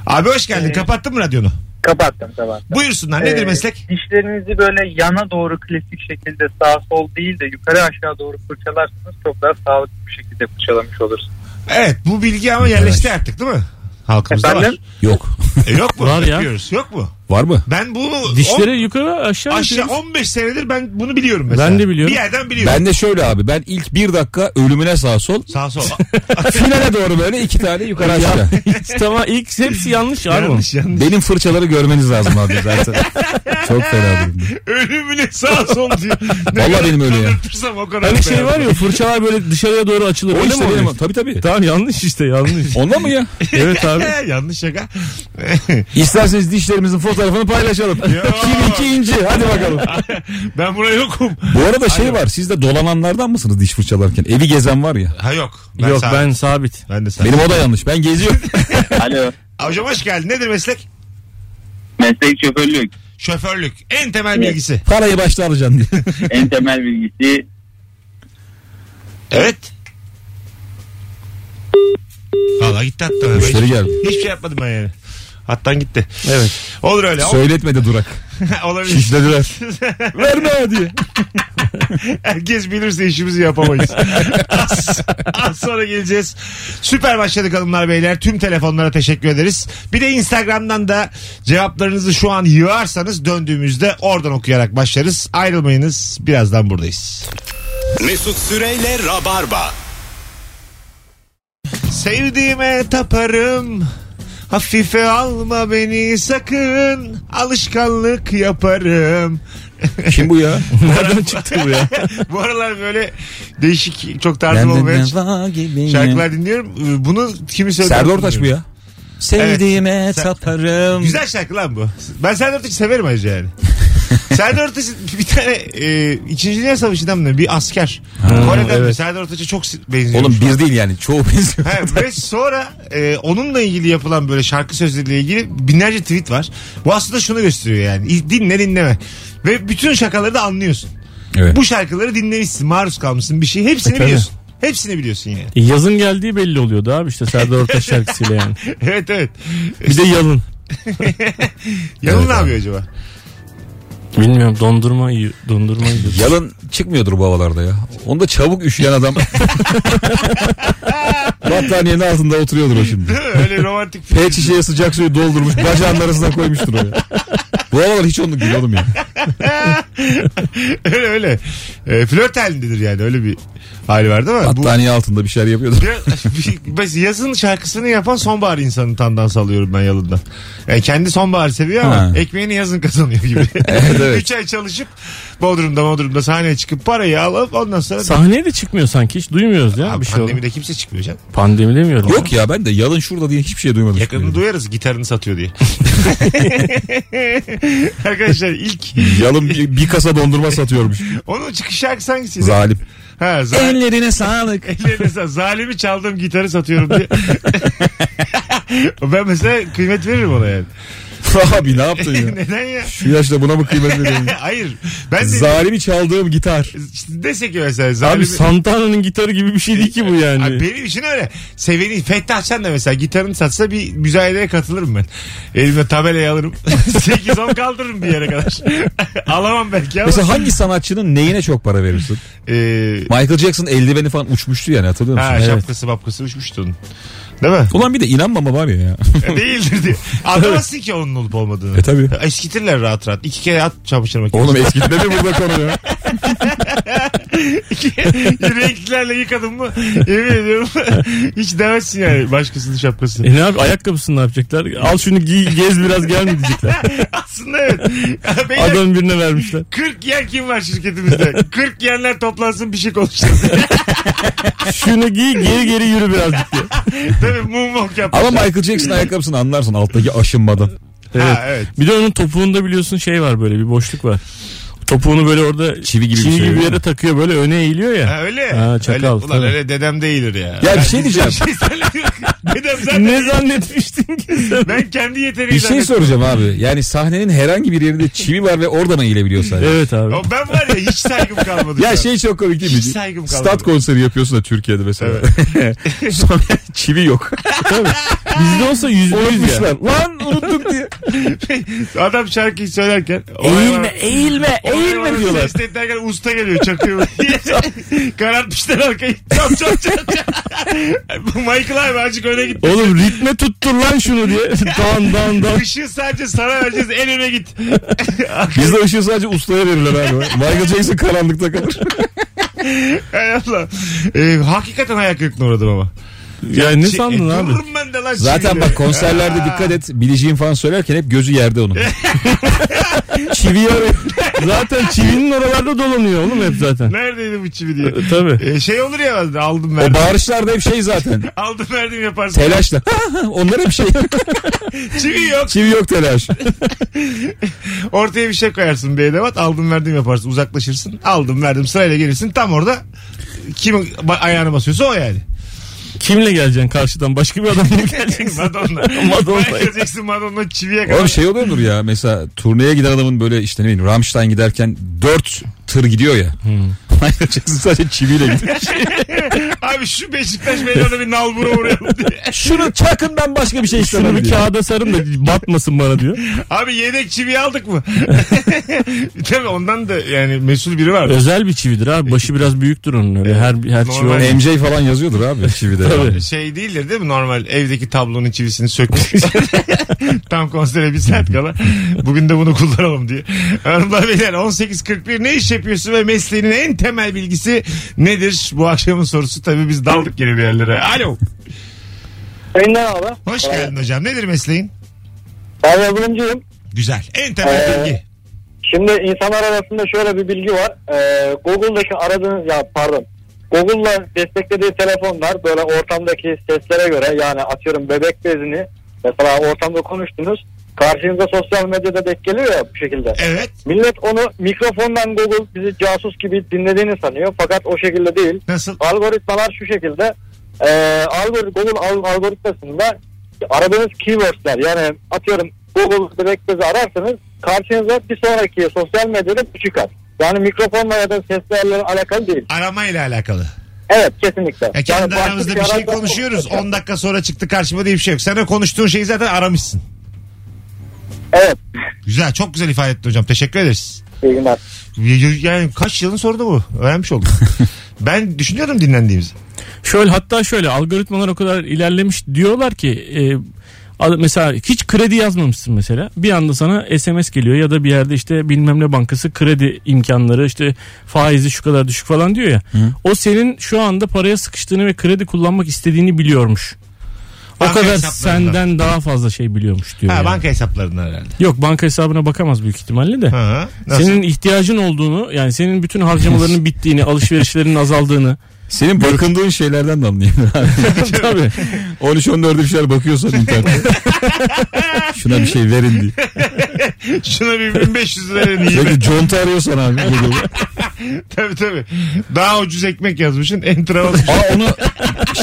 Speaker 2: Abi hoş geldin.
Speaker 8: Ee,
Speaker 2: Kapattın mı radyonu?
Speaker 8: kapattım kapattım.
Speaker 2: Buyursunlar. Nedir
Speaker 8: Ee,
Speaker 2: meslek?
Speaker 8: Dişlerinizi böyle yana doğru klasik şekilde sağ sol değil de yukarı aşağı doğru fırçalarsınız. Çok daha sağlıklı bir şekilde fırçalamış olursunuz.
Speaker 2: Evet bu bilgi ama yerleşti artık değil mi? Halkımızda var.
Speaker 8: Efendim?
Speaker 3: Yok.
Speaker 2: E, yok mu?
Speaker 4: Var ya.
Speaker 2: Yapıyoruz. Yok mu?
Speaker 3: Var mı?
Speaker 2: Ben bunu
Speaker 4: Dişleri yukarı aşağı.
Speaker 2: aşağı
Speaker 4: yapıyoruz.
Speaker 2: 15 senedir ben bunu biliyorum mesela.
Speaker 4: Ben de biliyorum.
Speaker 2: Bir yerden biliyorum.
Speaker 3: Ben de şöyle abi ben ilk bir dakika ölümüne sağ sol
Speaker 2: Sağ sol.
Speaker 3: finale doğru böyle iki tane yukarı aşağı.
Speaker 4: tamam ilk hepsi yanlış abi. bunun.
Speaker 2: yanlış yanlış.
Speaker 3: Benim fırçaları görmeniz lazım abi zaten. Çok fena durumda.
Speaker 2: Ölümüne sağ sol diyor. Ne
Speaker 3: Vallahi
Speaker 2: kadar
Speaker 3: benim öyle ya.
Speaker 2: tanıtırsam o kadar
Speaker 4: Hani şey
Speaker 2: beğendim.
Speaker 4: var ya fırçalar böyle dışarıya doğru açılır.
Speaker 3: O
Speaker 4: Öyle mi
Speaker 3: işte
Speaker 4: oluyor?
Speaker 3: benim tabii tabii.
Speaker 4: Tamam yanlış işte yanlış.
Speaker 3: Ondan mı ya?
Speaker 4: evet abi.
Speaker 2: yanlış şaka.
Speaker 3: İsterseniz dişlerimizin fotoğrafını paylaşalım. Kim iki inci hadi bakalım.
Speaker 2: ben buna yokum.
Speaker 3: Bu arada şey var siz de dolananlardan mısınız diş fırçalarken? Evi gezen var ya.
Speaker 2: Ha yok.
Speaker 4: Yok
Speaker 2: sağ-
Speaker 4: ben sabit.
Speaker 2: Ben de sağ.
Speaker 3: Benim o da yanlış ben geziyorum.
Speaker 7: Alo.
Speaker 2: Hocam hoş geldin. Nedir meslek?
Speaker 7: Meslek şoförlük.
Speaker 2: Şoförlük. En temel bilgisi.
Speaker 3: Parayı başta alacaksın diye.
Speaker 7: En temel bilgisi
Speaker 2: Evet. Valla gitti hatta. Ben
Speaker 3: Müşteri
Speaker 2: hiç-
Speaker 3: geldi.
Speaker 2: Hiçbir şey yapmadım ben yani. Hattan gitti.
Speaker 4: Evet.
Speaker 2: Olur öyle. Ol-
Speaker 3: Söyletmedi durak.
Speaker 2: Olabilir.
Speaker 3: İşlediler. Verme diye.
Speaker 2: Herkes bilirse işimizi yapamayız. az, az sonra geleceğiz. Süper başladık hanımlar beyler. Tüm telefonlara teşekkür ederiz. Bir de Instagram'dan da cevaplarınızı şu an yığarsanız döndüğümüzde oradan okuyarak başlarız. Ayrılmayınız. Birazdan buradayız.
Speaker 1: Mesut Süreyle Rabarba.
Speaker 2: Sevdiğime taparım. Hafife alma beni sakın. Alışkanlık yaparım.
Speaker 3: Kim bu ya?
Speaker 4: Nereden çıktı bu ya?
Speaker 2: Bu aralar böyle değişik çok tarzım olmayan şarkılar dinliyorum. Ee, Bunu kimi söyledi?
Speaker 3: Serdar Ortaç bu ya.
Speaker 2: Sevdiğime
Speaker 3: satarım.
Speaker 2: Güzel şarkı lan bu. Ben Serdar Ortaç'ı severim ayrıca yani. Serdar Ortaç bir tane e, İkinci Dünya Savaşı'ndan mı ne? bir asker. Kore'den mi? Serdar Ortaç'a çok benziyor.
Speaker 3: Oğlum bir değil yani çoğu benziyor.
Speaker 2: Ha, ve sonra e, onunla ilgili yapılan böyle şarkı sözleriyle ilgili binlerce tweet var. Bu aslında şunu gösteriyor yani. İ- Dinle dinleme. Ve bütün şakaları da anlıyorsun.
Speaker 3: Evet. E,
Speaker 2: Bu şarkıları dinlemişsin, maruz kalmışsın bir şey. Hepsini biliyorsun. Hepsini biliyorsun yani.
Speaker 4: Yazın geldiği belli oluyordu abi işte Serdar Ortaç şarkısıyla yani.
Speaker 2: evet evet.
Speaker 4: Bir de yalın.
Speaker 2: Yanıl
Speaker 3: Evet
Speaker 2: ne
Speaker 3: abi.
Speaker 2: yapıyor acaba?
Speaker 4: Bilmiyorum dondurma yiyor. Dondurma yiyor.
Speaker 3: Yalın çıkmıyordur bu havalarda ya. Onda çabuk üşüyen adam. Battaniyenin altında oturuyordur o şimdi.
Speaker 2: Öyle romantik
Speaker 3: P şişeye sıcak suyu doldurmuş bacağının arasına koymuştur o ya. Bu havalar hiç onluk değil oğlum ya.
Speaker 2: öyle öyle. E, flört halindedir yani öyle bir hali var değil mi? Bu,
Speaker 3: Battaniye altında bir şeyler yapıyordur.
Speaker 2: biraz, bir- yazın şarkısını yapan sonbahar insanı tandans alıyorum ben yalından. Yani kendi sonbaharı seviyor ama
Speaker 3: Ha.
Speaker 2: ekmeğini yazın kazanıyor gibi.
Speaker 3: Evet, evet.
Speaker 2: Üç ay çalışıp Bodrum'da Bodrum'da sahneye çıkıp parayı alıp ondan sonra...
Speaker 4: Sahneye de çıkmıyor sanki hiç duymuyoruz ya
Speaker 2: Abi
Speaker 4: bir şey.
Speaker 2: pandemide
Speaker 4: Pandemi,
Speaker 2: kimse çıkmıyor canım.
Speaker 4: pandemi demiyorum.
Speaker 3: Yok ya ben de yalın şurada diye hiçbir şey duymadım.
Speaker 2: Yakını duyarız gitarını satıyor diye. Arkadaşlar ilk
Speaker 3: Yalın bir, bir kasa dondurma satıyormuş.
Speaker 2: onun çıkış şarkısı hangisiydi?
Speaker 3: Zalim.
Speaker 2: ha, zalim.
Speaker 3: Ellerine sağlık.
Speaker 2: Ellerine sa- zalimi çaldığım gitarı satıyorum diye. ben mesela kıymet veririm ona yani.
Speaker 3: Abi ne yaptın ya?
Speaker 2: Neden ya?
Speaker 3: Şu yaşta buna mı kıymet veriyorsun?
Speaker 2: Hayır. Ben de
Speaker 3: Zalimi çaldığım gitar.
Speaker 2: işte desek ya mesela.
Speaker 4: Abi
Speaker 2: zalimi-
Speaker 4: Santana'nın gitarı gibi bir şey değil ki bu yani.
Speaker 2: Abi benim için öyle. Seveni Fettah Sen de mesela gitarını satsa bir müzayedeye katılırım ben. Elime tabelayı alırım. 8-10 kaldırırım bir yere kadar. Alamam belki ama.
Speaker 3: Mesela hangi sanatçının neyine çok para verirsin?
Speaker 2: Ee,
Speaker 3: Michael Jackson eldiveni falan uçmuştu yani hatırlıyor musun?
Speaker 2: ha,
Speaker 3: Evet.
Speaker 2: şapkası babkası uçmuştu onun. Değil mi?
Speaker 3: Ulan bir de inanmam abi ya.
Speaker 2: Değildir diye. Anlamazsın ki onun olup olmadığını.
Speaker 3: E tabii.
Speaker 2: Eskitirler rahat rahat. İki kere at çamaşır makinesi.
Speaker 3: Oğlum eskitme mi burada konu ya?
Speaker 2: Renklerle yıkadın mı? Yemin ediyorum. Hiç demezsin yani başkasının şapkasını.
Speaker 4: E ne yap ayakkabısını ne yapacaklar? Al şunu giy gez biraz gel mi diyecekler.
Speaker 2: Aslında evet. Beyler,
Speaker 4: Adam birine vermişler.
Speaker 2: 40 yen kim var şirketimizde? 40 yenler toplansın bir şey konuşalım.
Speaker 4: Şunu giy geri geri yürü birazcık diye.
Speaker 2: Tabii mum mok yapmışlar.
Speaker 3: Ama Michael Jackson ayakkabısını anlarsın alttaki aşınmadan.
Speaker 4: Evet.
Speaker 2: Ha, evet.
Speaker 4: Bir de onun topuğunda biliyorsun şey var böyle bir boşluk var. Topuğunu böyle orada
Speaker 3: Çivi gibi bir
Speaker 4: çivi
Speaker 3: şey,
Speaker 4: gibi bir
Speaker 3: değil
Speaker 4: yere
Speaker 3: mi?
Speaker 4: takıyor böyle öne eğiliyor ya.
Speaker 2: Ha, öyle.
Speaker 4: Ha, çakal,
Speaker 2: öyle. Ulan
Speaker 4: tabii.
Speaker 2: öyle dedem değilir ya.
Speaker 3: Ya bir şey diyeceğim.
Speaker 2: dedem zaten
Speaker 4: Ne zannetmiştin ki sen?
Speaker 2: ben kendi yeteneği
Speaker 3: Bir şey
Speaker 2: zannettim.
Speaker 3: soracağım abi. Yani sahnenin herhangi bir yerinde çivi var ve oradan eğilebiliyor sadece.
Speaker 4: Evet abi.
Speaker 2: O Ben var ya hiç saygım kalmadı.
Speaker 3: Ya
Speaker 2: şu an.
Speaker 3: şey çok komik değil mi?
Speaker 2: Hiç saygım kalmadı.
Speaker 3: Stat konseri yapıyorsun da Türkiye'de mesela. Sonra çivi yok.
Speaker 4: Bizde olsa yüzde yüz ya.
Speaker 3: Unutmuşlar. Lan unuttum diye.
Speaker 2: Adam şarkıyı söylerken.
Speaker 4: Eğilme eğilme eğilme diyorlar.
Speaker 2: Ses ederken usta geliyor çakıyor. Karartmışlar arkayı. Çap çap çap çap. Michael abi azıcık öne git.
Speaker 4: Oğlum ritme tuttur lan şunu diye. dan dan dan.
Speaker 2: Işığı sadece sana vereceğiz en öne git.
Speaker 3: Bizde ışığı sadece ustaya verirler abi. Michael Jackson karanlıkta kalır.
Speaker 2: Hay Allah. Ee, hakikaten ayak kırıklığına uğradım ama.
Speaker 4: Ya ne sandın
Speaker 2: E,
Speaker 4: abi?
Speaker 2: Dururum ben de lan
Speaker 3: Zaten
Speaker 2: şimdi.
Speaker 3: bak konserlerde dikkat et. Bileceğim falan söylerken hep gözü yerde onun.
Speaker 4: Çivi Zaten çivinin oralarda dolanıyor oğlum hep zaten.
Speaker 2: Neredeydi bu çivi diye.
Speaker 4: E, Tabii.
Speaker 2: Ee, şey olur ya bazen, aldım
Speaker 3: O
Speaker 2: verdim.
Speaker 3: bağırışlar da hep şey zaten.
Speaker 2: aldım verdim yaparsın.
Speaker 3: Telaşla. Onlar hep şey.
Speaker 2: çivi yok.
Speaker 3: Çivi yok telaş.
Speaker 2: Ortaya bir şey koyarsın bir edevat. Aldım verdim yaparsın. Uzaklaşırsın. Aldım verdim sırayla gelirsin. Tam orada kimin ba- ayağını basıyorsa o yani.
Speaker 4: Kimle geleceksin karşıdan? Başka bir adamla geleceksin.
Speaker 2: Madonna.
Speaker 4: Madonna.
Speaker 2: Michael Jackson Madonna çiviye kadar.
Speaker 3: Oğlum şey oluyor mudur ya mesela turneye giden adamın böyle işte ne bileyim Rammstein giderken dört tır gidiyor ya. Michael Jackson sadece çiviyle gidiyor.
Speaker 2: Abi şu Beşiktaş meydanına bir nalbura uğrayalım diye.
Speaker 3: Şunu çakın ben başka bir şey
Speaker 4: Şunu bir kağıda sarın da batmasın bana diyor.
Speaker 2: Abi yedek çiviyi aldık mı? Tabii ondan da yani mesul biri var.
Speaker 4: Özel bir çividir abi. Başı biraz büyüktür onun öyle. Her her çivi
Speaker 2: Normal.
Speaker 4: olmaz.
Speaker 3: MJ falan yazıyordur abi çivide.
Speaker 4: Tabii.
Speaker 2: Şey değildir değil mi? Normal evdeki tablonun çivisini sökmüş. Tam konsere bir saat kala. Bugün de bunu kullanalım diye. Hanımlar beyler 18.41 ne iş yapıyorsun ve mesleğinin en temel bilgisi nedir? Bu akşamın sorusu tabii biz daldık yeni bir yerlere. Alo.
Speaker 5: Yayınlar abi.
Speaker 2: Hoş geldin hocam. Nedir mesleğin?
Speaker 5: Ben yazılımcıyım.
Speaker 2: Güzel. En temel
Speaker 5: Ee,
Speaker 2: bilgi.
Speaker 5: Şimdi insanlar arasında şöyle bir bilgi var. Ee, Google'daki aradığınız ya pardon. Google'la desteklediği telefonlar böyle ortamdaki seslere göre yani atıyorum bebek bezini mesela ortamda konuştunuz. Karşınıza sosyal medyada denk geliyor ya bu şekilde.
Speaker 2: Evet.
Speaker 5: Millet onu mikrofondan Google bizi casus gibi dinlediğini sanıyor fakat o şekilde değil.
Speaker 2: Nasıl?
Speaker 5: Algoritmalar şu şekilde. E, algori- Google al- algoritmasında aradığınız keywordler yani atıyorum Google direkt bizi ararsanız karşınıza bir sonraki sosyal medyada bu çıkar. Yani mikrofonla ya da seslerle alakalı değil.
Speaker 2: Aramayla alakalı.
Speaker 5: Evet kesinlikle.
Speaker 2: Ya kendi
Speaker 5: başka
Speaker 2: aramızda bir şey
Speaker 5: ararsanız-
Speaker 2: konuşuyoruz. 10 dakika sonra çıktı karşıma diye bir şey yok. Sen o konuştuğun şeyi zaten aramışsın.
Speaker 5: Evet.
Speaker 2: Güzel. Çok güzel ifade ettin hocam. Teşekkür ederiz.
Speaker 5: İyi günler.
Speaker 2: Yani kaç yılın sordu bu? Öğrenmiş oldum. ben düşünüyordum dinlendiğimizi.
Speaker 4: Şöyle hatta şöyle algoritmalar o kadar ilerlemiş diyorlar ki e, al- mesela hiç kredi yazmamışsın mesela bir anda sana SMS geliyor ya da bir yerde işte bilmem ne bankası kredi imkanları işte faizi şu kadar düşük falan diyor ya. O senin şu anda paraya sıkıştığını ve kredi kullanmak istediğini biliyormuş. O
Speaker 2: Banka
Speaker 4: kadar
Speaker 2: hesaplarından.
Speaker 4: senden daha fazla şey biliyormuş diyor.
Speaker 2: Ha,
Speaker 4: yani.
Speaker 2: banka hesaplarından herhalde.
Speaker 4: Yok banka hesabına bakamaz büyük ihtimalle de.
Speaker 2: Ha, nasıl?
Speaker 4: Senin ihtiyacın olduğunu yani senin bütün harcamalarının bittiğini, alışverişlerinin azaldığını.
Speaker 3: Senin bakındığın şeylerden de anlayayım.
Speaker 4: Tabii.
Speaker 3: 13-14'e bir şeyler bakıyorsan internette. Şuna bir şey verin diye.
Speaker 2: Şuna bir 1500 lira verin. iyi mi?
Speaker 3: Belki conta arıyorsan abi. Google'da.
Speaker 2: tabii tabii. Daha ucuz ekmek yazmışsın. Enter'a basmışsın.
Speaker 3: Aa onu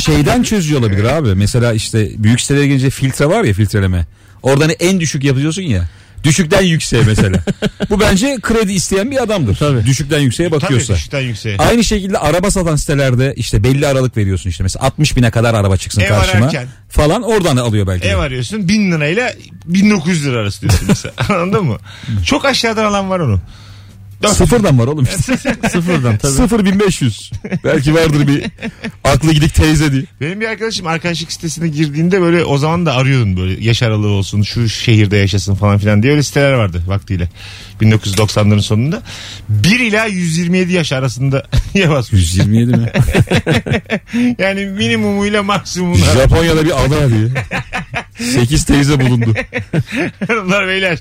Speaker 3: şeyden çözüyor olabilir abi. Mesela işte büyük sitelere gelince filtre var ya filtreleme. Oradan en düşük yapıyorsun ya. Düşükten yükseğe mesela. Bu bence kredi isteyen bir adamdır.
Speaker 4: Tabii.
Speaker 3: Düşükten yükseğe bakıyorsa.
Speaker 2: Tabii düşükten yükseğe.
Speaker 3: Aynı şekilde araba satan sitelerde işte belli aralık veriyorsun işte mesela 60 bine kadar araba çıksın
Speaker 2: Ev
Speaker 3: karşıma
Speaker 2: ararken.
Speaker 3: falan oradan alıyor belki. de.
Speaker 2: Ev arıyorsun 1000 lirayla 1900 lira arası diyorsun mesela. Anladın mı? Çok aşağıdan alan var onu. Dört-
Speaker 3: Sıfırdan var oğlum işte.
Speaker 4: Sıfırdan tabii.
Speaker 3: Sıfır 1500. Belki vardır bir aklı gidik teyze diye.
Speaker 2: Benim bir arkadaşım arkadaşlık sitesine girdiğinde böyle o zaman da arıyordun böyle yaş aralığı olsun şu şehirde yaşasın falan filan diye öyle siteler vardı vaktiyle. 1990'ların sonunda. 1 ila 127 yaş arasında diye basmış.
Speaker 3: 127 mi?
Speaker 2: Yani minimumuyla maksimumuna.
Speaker 3: Japonya'da bir ada diye. 8 teyze bulundu.
Speaker 2: Hanımlar beyler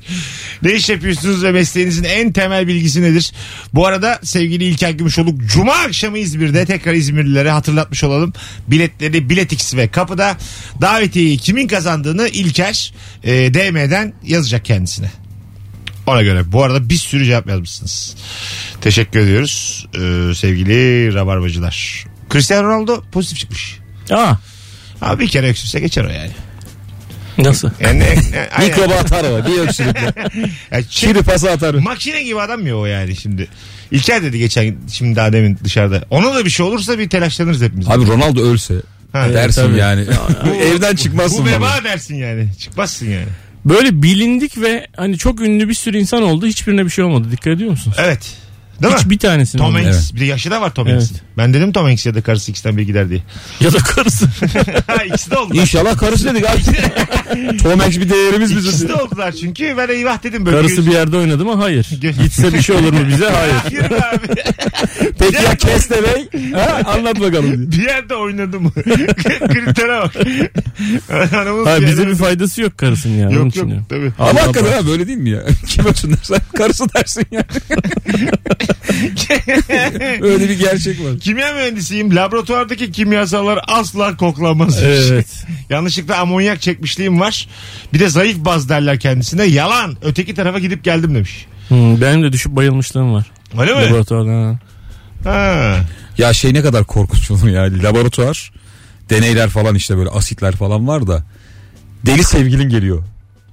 Speaker 2: ne iş yapıyorsunuz ve mesleğinizin en temel bilgisi nedir? Bu arada sevgili İlker Gümüşoluk Cuma akşamı İzmir'de tekrar İzmirlilere hatırlatmış olalım. Biletleri Biletix ve kapıda davetiyeyi kimin kazandığını İlker e, DM'den yazacak kendisine. Ona göre bu arada bir sürü cevap yazmışsınız. Teşekkür ediyoruz e, sevgili rabarbacılar. Cristiano Ronaldo pozitif çıkmış.
Speaker 4: Aa,
Speaker 2: Abi bir kere öksürse geçer o yani.
Speaker 4: nasıl?
Speaker 2: yani e, aynen.
Speaker 3: Mikroba atar o bir öksürükle.
Speaker 2: Yani çek-
Speaker 3: Kiri pası atar.
Speaker 2: Makine gibi adam ya o yani şimdi. İlker dedi geçen şimdi daha demin dışarıda. Ona da bir şey olursa bir telaşlanırız hepimiz.
Speaker 3: Abi Ronaldo ölse
Speaker 2: Ha,
Speaker 3: dersin
Speaker 4: tabii.
Speaker 3: yani. Evden
Speaker 2: Bu
Speaker 3: çıkmazsın. vallahi.
Speaker 2: veba dersin yani. Çıkmazsın yani.
Speaker 4: Böyle bilindik ve hani çok ünlü bir sürü insan oldu. Hiçbirine bir şey olmadı. Dikkat ediyor musunuz?
Speaker 2: Evet. Değil
Speaker 4: Hiç
Speaker 2: mi?
Speaker 4: bir tanesinin
Speaker 2: Tom
Speaker 4: olmadı.
Speaker 2: Hanks. Bir de yaşı da var Tom
Speaker 4: Evet.
Speaker 2: Hanks'in. Ben dedim Tom Hanks ya da karısı ikisinden biri gider diye.
Speaker 4: Ya da karısı.
Speaker 2: Ha, İkisi de oldular.
Speaker 3: İnşallah karısı dedik abi. Tom Hanks bir değerimiz
Speaker 2: İkisi
Speaker 3: bizim.
Speaker 2: de oldular çünkü ben eyvah dedim böyle.
Speaker 4: karısı
Speaker 2: göz-
Speaker 4: bir yerde oynadı mı? Hayır.
Speaker 2: Gö-
Speaker 4: Gitse bir şey olur mu bize? Hayır.
Speaker 2: Hayır abi.
Speaker 3: Peki ya Keste Bey? Ha? Anlat bakalım.
Speaker 2: Bir yerde oynadı mı? Kritere bak. Anamız
Speaker 4: Hayır
Speaker 2: bir
Speaker 4: bize
Speaker 2: yerde-
Speaker 4: bir faydası yok karısının ya. Onun
Speaker 2: Yok
Speaker 4: için
Speaker 2: yok
Speaker 4: diyorum.
Speaker 2: tabii.
Speaker 3: Ama hakikaten ha böyle değil mi ya? Kim olsun dersen karısı dersin ya. Öyle bir gerçek var.
Speaker 2: Kimya mühendisiyim. Laboratuvardaki kimyasallar asla koklanmaz.
Speaker 4: Evet.
Speaker 2: Yanlışlıkla amonyak çekmişliğim var. Bir de zayıf baz derler kendisine. Yalan. Öteki tarafa gidip geldim demiş.
Speaker 4: Hmm, benim de düşüp bayılmışlığım var.
Speaker 2: Öyle mi?
Speaker 4: Laboratuvarda. ha.
Speaker 2: Ha.
Speaker 3: Ya şey ne kadar korkunç olur ya. Laboratuvar deneyler falan işte böyle asitler falan var da. Deli sevgilin geliyor.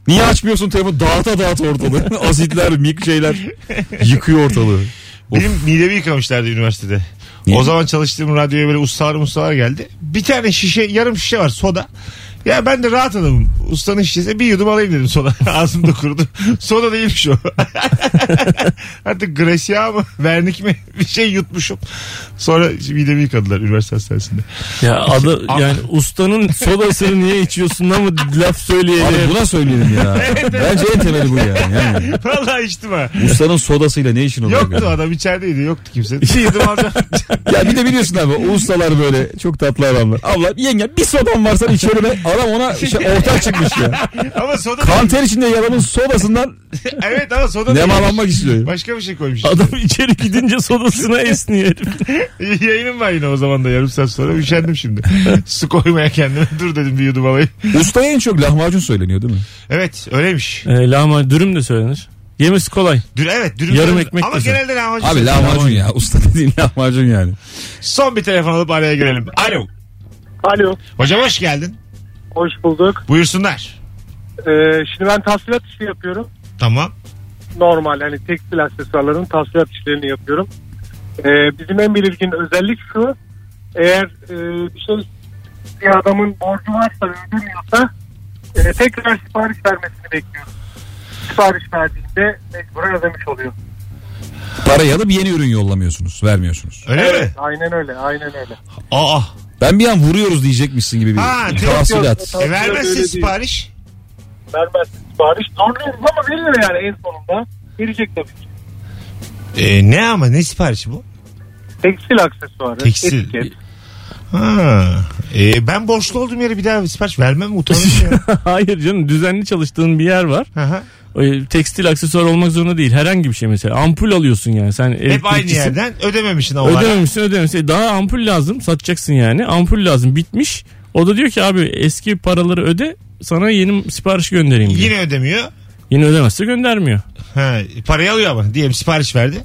Speaker 3: Niye açmıyorsun telefonu? Dağıta dağıt ortalığı. Asitler, mik şeyler yıkıyor ortalığı. Of.
Speaker 2: Benim midemi yıkamışlardı üniversitede.
Speaker 3: Niye?
Speaker 2: O zaman çalıştığım radyoya böyle ustalar ustalar geldi. Bir tane şişe yarım şişe var soda. Ya ben de rahat adamım. Ustanın şişesi bir yudum alayım dedim soda. Ağzımda kurudu. Soda değilmiş o. Artık Grecia mı? Vernik mi? Bir şey yutmuşum. Sonra midemi yıkadılar üniversite hastanesinde.
Speaker 4: Ya adı yani ustanın sodasını niye içiyorsun ama laf
Speaker 3: Abi
Speaker 4: söyleyelim.
Speaker 3: buna söyleyelim ya. Bence en temeli bu yani. yani.
Speaker 2: Vallahi içtim ha.
Speaker 3: Ustanın sodasıyla ne işin olur?
Speaker 2: Yoktu adam içerideydi. Yoktu kimse. Bir şey yedim alacağım.
Speaker 3: Ya bir de biliyorsun abi o ustalar böyle çok tatlı adamlar. Abla yenge bir sodam varsa içerim. Adam ona şey, ortak çıkmış ya.
Speaker 2: ama soda
Speaker 3: Kanter içinde yalanın sodasından
Speaker 2: Evet ama soda değil.
Speaker 3: nemalanmak istiyor.
Speaker 2: Başka bir şey koymuş.
Speaker 4: Adam içeri gidince sodasına esniyor. herif.
Speaker 2: Yayınım var yine o zaman da yarım saat sonra. Üşendim şimdi. Su koymaya kendime. Dur dedim bir yudum alayım.
Speaker 3: Ustaya en çok lahmacun söyleniyor değil mi?
Speaker 2: Evet öyleymiş.
Speaker 4: Ee, lahmacun dürüm de söylenir. Yemesi kolay.
Speaker 2: Dür, evet dürüm.
Speaker 4: Yarım ekmek
Speaker 2: Ama
Speaker 4: de sen.
Speaker 2: genelde lahmacun.
Speaker 3: Abi
Speaker 2: Abi,
Speaker 3: lahmacun ya. Usta dediğin lahmacun yani.
Speaker 2: Son bir telefon alıp araya girelim. Alo.
Speaker 6: Alo.
Speaker 2: Hocam hoş geldin.
Speaker 6: Hoş bulduk.
Speaker 2: Buyursunlar.
Speaker 6: Ee, şimdi ben tahsilat işi yapıyorum.
Speaker 2: Tamam.
Speaker 6: Normal hani tekstil aksesuarlarının tahsilat işlerini yapıyorum. Ee, bizim en belirgin özellik şu. Eğer e, bir şey bir adamın borcu varsa ödemiyorsa e, tekrar sipariş vermesini bekliyoruz. Sipariş verdiğinde mecburen ödemiş oluyor.
Speaker 3: Parayı alıp yeni ürün yollamıyorsunuz. Vermiyorsunuz.
Speaker 2: Öyle
Speaker 6: Evet,
Speaker 2: mi?
Speaker 6: aynen öyle, aynen öyle.
Speaker 2: Aa.
Speaker 3: Ben bir an vuruyoruz diyecekmişsin gibi bir
Speaker 2: Ha, yok,
Speaker 3: tahsilat.
Speaker 2: E, vermezsin
Speaker 6: Öyle değil.
Speaker 2: sipariş.
Speaker 6: Vermezsin sipariş. Zorluyoruz ama veriyor yani en sonunda. Verecek tabii ki.
Speaker 2: E, ne ama ne siparişi bu?
Speaker 6: Tekstil aksesuarı.
Speaker 2: Tekstil.
Speaker 6: Etiket.
Speaker 2: Ha. E, ben borçlu olduğum yere bir daha sipariş vermem mi? Utanırım ya.
Speaker 4: Hayır canım düzenli çalıştığın bir yer var.
Speaker 2: Hı hı.
Speaker 4: Ee, Tekstil aksesuar olmak zorunda değil. Herhangi bir şey mesela. Ampul alıyorsun yani. Sen
Speaker 2: Hep aynı
Speaker 4: elektrikçisin.
Speaker 2: yerden ödememişsin ama.
Speaker 4: Ödememişsin ödememişsin. E, Daha ampul lazım satacaksın yani. Ampul lazım bitmiş. O da diyor ki abi eski paraları öde sana yeni sipariş göndereyim diyor. Yine,
Speaker 2: Yine ödemiyor.
Speaker 4: ödemezse göndermiyor.
Speaker 2: Ha, parayı alıyor ama diyelim sipariş verdi.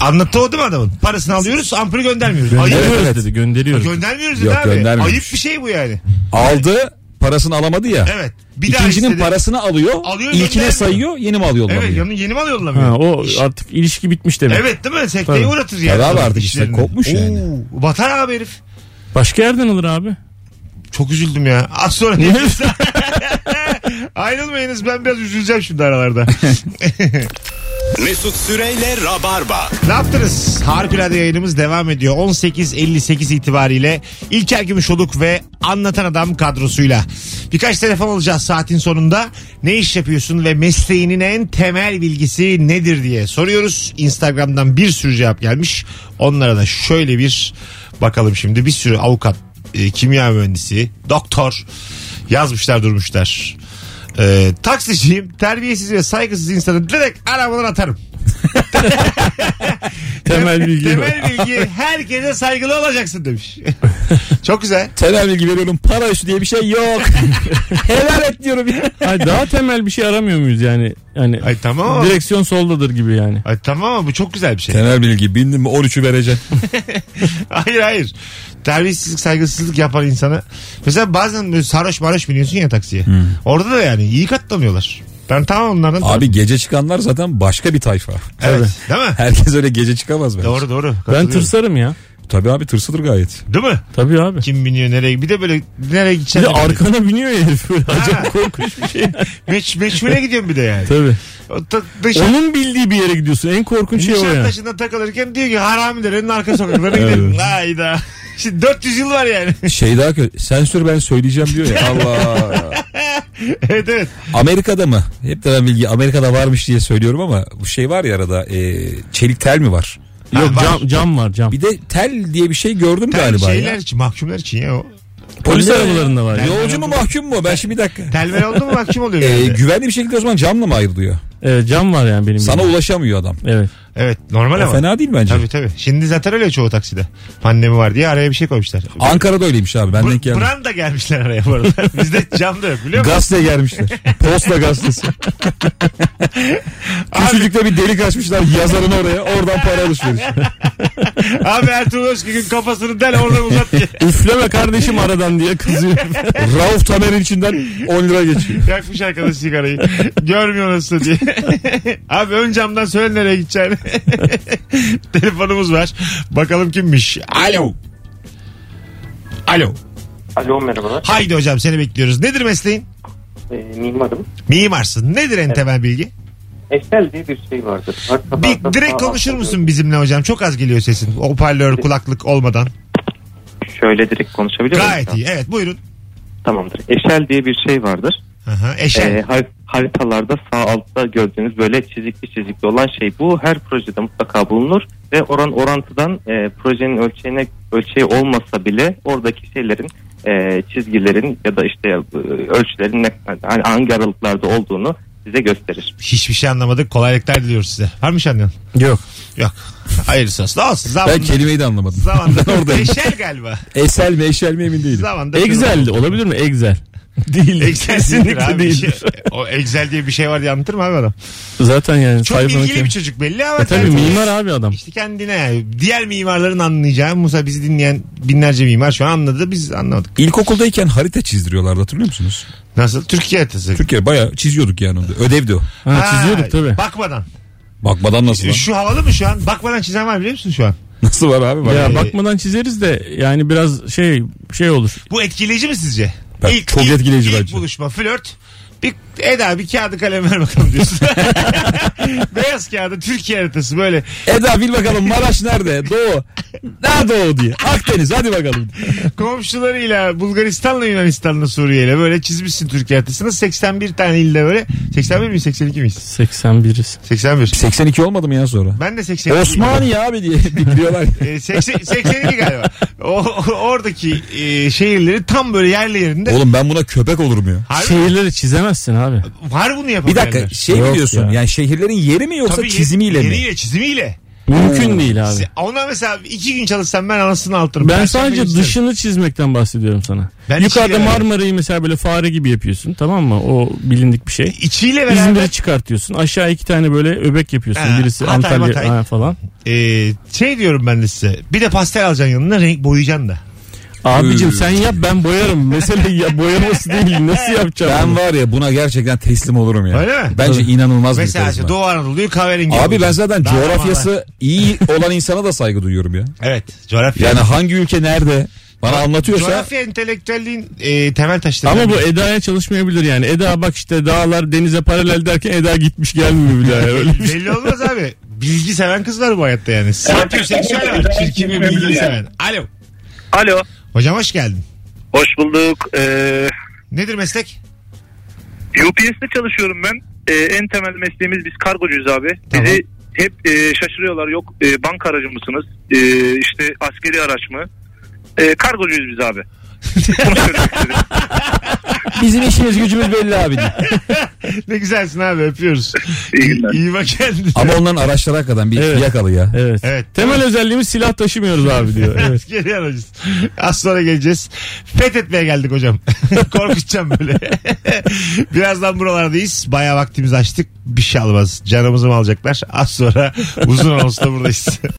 Speaker 2: Anlattı o değil mi adamın? Parasını alıyoruz ampulü göndermiyoruz. Ayıp.
Speaker 4: Gönderiyoruz dedi gönderiyoruz.
Speaker 2: Göndermiyoruz
Speaker 3: Yok,
Speaker 2: dedi abi.
Speaker 3: göndermiyormuş.
Speaker 2: Ayıp bir şey bu yani.
Speaker 3: Aldı parasını alamadı ya.
Speaker 2: Evet. Bir daha
Speaker 3: İkincinin
Speaker 2: istedi.
Speaker 3: parasını alıyor.
Speaker 2: Alıyor,
Speaker 3: ilkine
Speaker 2: göndermiyor.
Speaker 3: sayıyor. Yeni mi alıyor?
Speaker 2: Evet
Speaker 3: Evet,
Speaker 2: yanı yeni mal yollamıyor.
Speaker 4: Ha, o artık ilişki bitmiş demek.
Speaker 2: Evet değil mi? Sekteye
Speaker 4: Tabii.
Speaker 2: uğratır yani.
Speaker 3: Para vardı işte,
Speaker 2: İşlerini.
Speaker 3: kopmuş yani.
Speaker 2: Oo, Batar abi herif.
Speaker 4: Başka yerden alır abi.
Speaker 2: Çok üzüldüm ya. Az sonra geliriz. Ayrılmayınız ben biraz üzüleceğim şimdi aralarda.
Speaker 1: Mesut Süreyle Rabarba.
Speaker 2: ne yaptınız? Harikulade yayınımız devam ediyor. 18.58 itibariyle İlker Gümüşoluk ve Anlatan Adam kadrosuyla. Birkaç telefon alacağız saatin sonunda. Ne iş yapıyorsun ve mesleğinin en temel bilgisi nedir diye soruyoruz. Instagram'dan bir sürü cevap gelmiş. Onlara da şöyle bir bakalım şimdi. Bir sürü avukat, e, kimya mühendisi, doktor yazmışlar durmuşlar. E, taksiciyim, terbiyesiz ve saygısız insanı direkt arabadan atarım.
Speaker 4: Temel bilgi.
Speaker 2: Temel bilgi herkese saygılı olacaksın demiş. Çok güzel.
Speaker 3: Temel bilgi veriyorum. Para üstü diye bir şey yok. Helal et diyorum ya.
Speaker 4: Hayır, daha temel bir şey aramıyor muyuz yani? Yani
Speaker 2: Ay tamam ama.
Speaker 4: direksiyon soldadır gibi yani.
Speaker 2: Ay tamam ama bu çok güzel bir şey.
Speaker 3: Temel bilgi bildin mi 13'ü vereceğim.
Speaker 2: Hayır hayır. Terbiyesizlik saygısızlık yapan insana. Mesela bazen böyle sarhoş maroş biniyorsun ya taksiye. Orada da yani iyi katlamıyorlar. Ben tamam onlardan.
Speaker 3: Abi gece çıkanlar zaten başka bir tayfa.
Speaker 2: evet. Değil mi?
Speaker 3: Herkes öyle gece çıkamaz bence.
Speaker 2: Doğru doğru.
Speaker 4: Ben
Speaker 2: Katılıyorum.
Speaker 4: tırsarım ya.
Speaker 3: Tabii abi tırsıdır gayet.
Speaker 2: Değil mi?
Speaker 4: Tabii abi.
Speaker 2: Kim biniyor nereye? Bir de böyle nereye
Speaker 4: Bir
Speaker 2: gideceğim.
Speaker 4: de arkana biniyor ya herif. böyle. Acayip
Speaker 2: Ha.
Speaker 4: korkunç bir şey.
Speaker 2: Meç, meçhule gidiyorum bir de yani.
Speaker 4: Tabii.
Speaker 2: O ta- dışarı-
Speaker 4: Onun bildiği bir yere gidiyorsun. En korkunç şey o yani.
Speaker 2: Nişantaşı'nda takılırken diyor ki haramilerin arka sokaklarına gidelim.
Speaker 3: Evet.
Speaker 2: Hayda. Şimdi 400 yıl var yani.
Speaker 3: Şey daha kötü. Sensör ben söyleyeceğim diyor ya. Allah.
Speaker 2: evet evet.
Speaker 3: Amerika'da mı? Hep de ben bilgi Amerika'da varmış diye söylüyorum ama bu şey var ya arada e, çelik tel mi var?
Speaker 4: Yok
Speaker 2: var.
Speaker 4: cam, cam var cam.
Speaker 3: Bir de tel diye bir şey gördüm
Speaker 2: Tel
Speaker 3: galiba
Speaker 2: şeyler
Speaker 3: ya.
Speaker 2: için, mahkumlar için ya o.
Speaker 4: Polis
Speaker 3: Ne?
Speaker 4: arabalarında var. ya.
Speaker 3: Yolcu mu mahkum mu? Ben şimdi bir dakika.
Speaker 2: Telver oldu mu mahkum oluyor
Speaker 3: E,
Speaker 2: yani.
Speaker 3: güvenli bir şekilde o zaman camla mı ayrılıyor?
Speaker 4: Evet cam var yani benim.
Speaker 3: Sana
Speaker 4: bildiğim.
Speaker 3: ulaşamıyor adam.
Speaker 4: Evet.
Speaker 2: Evet normal
Speaker 3: O
Speaker 2: ama.
Speaker 3: E, fena değil bence.
Speaker 2: Tabii tabii. Şimdi zaten öyle çoğu takside. Pandemi var diye araya bir şey koymuşlar.
Speaker 3: Ankara'da öyleymiş abi. Ben denk
Speaker 2: Br-
Speaker 3: geldim.
Speaker 2: branda gelmişler araya bu arada. Bizde cam da yok biliyor musun?
Speaker 3: Gazete gelmişler. Posta gazetesi. Küçücükte bir delik açmışlar yazarını oraya. Oradan para alışverişi.
Speaker 2: Abi Ertuğrul Özkük'ün kafasını del oradan uzat diye.
Speaker 4: Üfleme kardeşim aradan diye kızıyor.
Speaker 3: Rauf Tamer'in içinden 10 lira geçiyor.
Speaker 2: Yakmış arkadaş sigarayı. Görmüyor nasıl diye. Abi ön camdan söyle nereye gideceğini. Telefonumuz var. Bakalım kimmiş. Alo. Alo.
Speaker 9: Alo merhabalar.
Speaker 2: Haydi hocam seni bekliyoruz. Nedir mesleğin?
Speaker 9: Ee, mimarım.
Speaker 2: Mimarsın. Nedir en temel bilgi?
Speaker 9: Excel diye bir şey vardır. Arkadan da
Speaker 2: Bir, direkt
Speaker 9: sağa
Speaker 2: konuşur
Speaker 9: atlıyorum.
Speaker 2: musun bizimle hocam? Çok az geliyor sesin. Hoparlör, kulaklık olmadan.
Speaker 9: Şöyle direkt konuşabiliyor muyum?
Speaker 2: Gayet iyi. Evet buyurun.
Speaker 9: Tamamdır. Eşel diye bir şey vardır.
Speaker 2: Aha, eşel.
Speaker 9: Ee, har- haritalarda sağ altta gördüğünüz böyle çizikli çizikli olan şey bu. Her projede mutlaka bulunur ve oran orantıdan e, projenin ölçeğine ölçeği olmasa bile oradaki şeylerin e, çizgilerin ya da işte e, ölçülerin ne, hani hangi aralıklarda olduğunu size gösterir.
Speaker 2: Hiçbir şey anlamadık. Kolaylıklar diliyoruz size. Var mı şanlın?
Speaker 4: Yok.
Speaker 2: Yok. Hayırlısı olsun. Olsun.
Speaker 3: Ben
Speaker 2: Zamanında.
Speaker 3: kelimeyi de anlamadım.
Speaker 2: Zamanında.
Speaker 3: oradayım.
Speaker 2: Eşel galiba.
Speaker 3: Esel mi eşel mi emin değilim.
Speaker 2: Zamanında.
Speaker 4: Excel olabilir mi? Excel. Değil.
Speaker 2: Kesinlikle
Speaker 4: Kesinlikle
Speaker 2: değil.
Speaker 4: değil.
Speaker 2: o Excel diye bir şey var diye anlatır mı abi adam?
Speaker 4: Zaten yani
Speaker 2: Çok
Speaker 4: sayfanın
Speaker 2: ilgili
Speaker 4: kim-
Speaker 2: bir çocuk belli ama.
Speaker 4: E tabii
Speaker 2: kendine-
Speaker 4: mimar abi adam.
Speaker 2: İşte kendine yani. Diğer mimarların anlayacağı Musa bizi dinleyen binlerce mimar şu an anladı biz anlamadık.
Speaker 3: İlkokuldayken harita çizdiriyorlardı hatırlıyor musunuz?
Speaker 2: Nasıl? Türkiye haritası.
Speaker 3: Türkiye bayağı çiziyorduk yani. onu. Ödevdi o.
Speaker 4: Ha, çiziyorduk tabii.
Speaker 2: Bakmadan.
Speaker 3: Bakmadan nasıl lan?
Speaker 2: Şu havalı mı şu an? Bakmadan çizen var biliyor musun şu an?
Speaker 3: Nasıl var abi? Bak.
Speaker 4: Ya
Speaker 2: Ee,
Speaker 4: bakmadan çizeriz de yani biraz şey şey olur.
Speaker 2: Bu etkileyici mi sizce?
Speaker 3: Ben- çok etkileyici
Speaker 2: ilk
Speaker 3: bence.
Speaker 2: buluşma flört. Bir Eda bir kağıdı kalem ver bakalım diyorsun. Beyaz kağıdı Türkiye haritası böyle.
Speaker 3: Eda bil bakalım Maraş nerede? Doğu. Nerede Doğu diye. Akdeniz hadi bakalım.
Speaker 2: Komşularıyla Bulgaristan'la Yunanistan'la Suriye'yle böyle çizmişsin Türkiye haritasını. 81 tane ilde böyle. 81 miyiz 82 miyiz?
Speaker 4: 81'iz.
Speaker 2: 81.
Speaker 3: 82 olmadı mı ya sonra?
Speaker 2: Ben de 82.
Speaker 3: Osmaniye abi diye biliyorlar.
Speaker 2: E, 80, 82 galiba. O, o- oradaki e, şehirleri tam böyle yerli yerinde.
Speaker 3: Oğlum ben buna köpek olurum ya.
Speaker 2: Harbi-
Speaker 4: Şehirleri çizemezsin abi.
Speaker 2: var bunu yapan
Speaker 3: Bir dakika
Speaker 2: yerler.
Speaker 3: şey
Speaker 4: Yok
Speaker 3: biliyorsun
Speaker 4: ya.
Speaker 3: yani şehirlerin yeri mi yoksa
Speaker 2: Tabii
Speaker 3: çizimiyle mi?
Speaker 2: Yeriyle çizimiyle.
Speaker 4: Mümkün değil abi.
Speaker 2: Ona mesela iki gün çalışsam ben anasını altırım.
Speaker 4: Ben
Speaker 2: Perşembe
Speaker 4: sadece
Speaker 2: günü
Speaker 4: dışını çizmekten bahsediyorum sana.
Speaker 2: Ben
Speaker 4: Yukarıda
Speaker 2: içiyle beraber-
Speaker 4: Marmara'yı mesela böyle fare gibi yapıyorsun tamam mı? O bilindik bir şey.
Speaker 2: isterim. İçiyle beraber
Speaker 4: İzmir'i çıkartıyorsun. Aşağı iki tane böyle öbek yapıyorsun.
Speaker 2: Ha,
Speaker 4: Birisi
Speaker 2: Hatay,
Speaker 4: Antalya
Speaker 2: Hatay.
Speaker 4: ha, falan.
Speaker 2: e, şey diyorum ben de size. Bir de pastel alacaksın yanına renk boyayacaksın da.
Speaker 4: Abicim sen yap ben boyarım. Mesele ya boyaması değil. Nasıl yapacağım?
Speaker 3: Ben var ya buna gerçekten teslim olurum ya.
Speaker 2: Öyle mi?
Speaker 3: Bence inanılmaz bir
Speaker 2: Mesela işte
Speaker 3: karizma.
Speaker 2: Doğu Anadolu'yu kahverengi.
Speaker 3: Abi ben
Speaker 2: yapacağım.
Speaker 3: zaten
Speaker 2: Daha
Speaker 3: coğrafyası
Speaker 2: zamanlar.
Speaker 3: iyi olan insana da saygı duyuyorum ya.
Speaker 2: Evet coğrafya.
Speaker 3: Yani hangi ülke nerede bana anlatıyorsa
Speaker 2: Coğrafya entelektüelliğin e, temel taşları.
Speaker 4: Ama bu Eda'ya çalışmayabilir yani. Eda bak işte dağlar denize paralel derken Eda gitmiş gelmiyor bile.
Speaker 3: e,
Speaker 4: yani. Öyle bir şey.
Speaker 2: Belli olmaz abi. Bilgi seven kız var bu hayatta yani. Santroseksüel var. Çirkin bir bilgi seven. Alo.
Speaker 7: Alo.
Speaker 2: Hocam hoş geldin.
Speaker 7: Hoş bulduk. Ee,
Speaker 2: Nedir meslek?
Speaker 7: UPS'te çalışıyorum ben. Ee, en temel mesleğimiz biz kargocuyuz abi.
Speaker 2: Tamam.
Speaker 7: Bizi hep e, şaşırıyorlar. Yok e, banka aracı mısınız? E, işte askeri araç mı? E, kargocuyuz biz abi. Bunu söylemek istedim.
Speaker 4: Bizim işimiz gücümüz belli abi.
Speaker 2: Ne güzelsin abi öpüyoruz.
Speaker 7: İyi günler.
Speaker 2: İyi bak kendine.
Speaker 3: ama onların araçları hakikaten bir
Speaker 4: Evet.
Speaker 3: fiyakalı ya.
Speaker 4: Evet.
Speaker 2: Evet.
Speaker 4: Temel özelliğimiz silah taşımıyoruz abi diyor. Evet.
Speaker 2: Askeri aracız. Az sonra geleceğiz. Fethetmeye geldik hocam. Korkutacağım böyle. Birazdan buralardayız. Bayağı vaktimizi açtık. Bir şey almaz. Canımızı mı alacaklar? Az sonra uzun anonsla buradayız.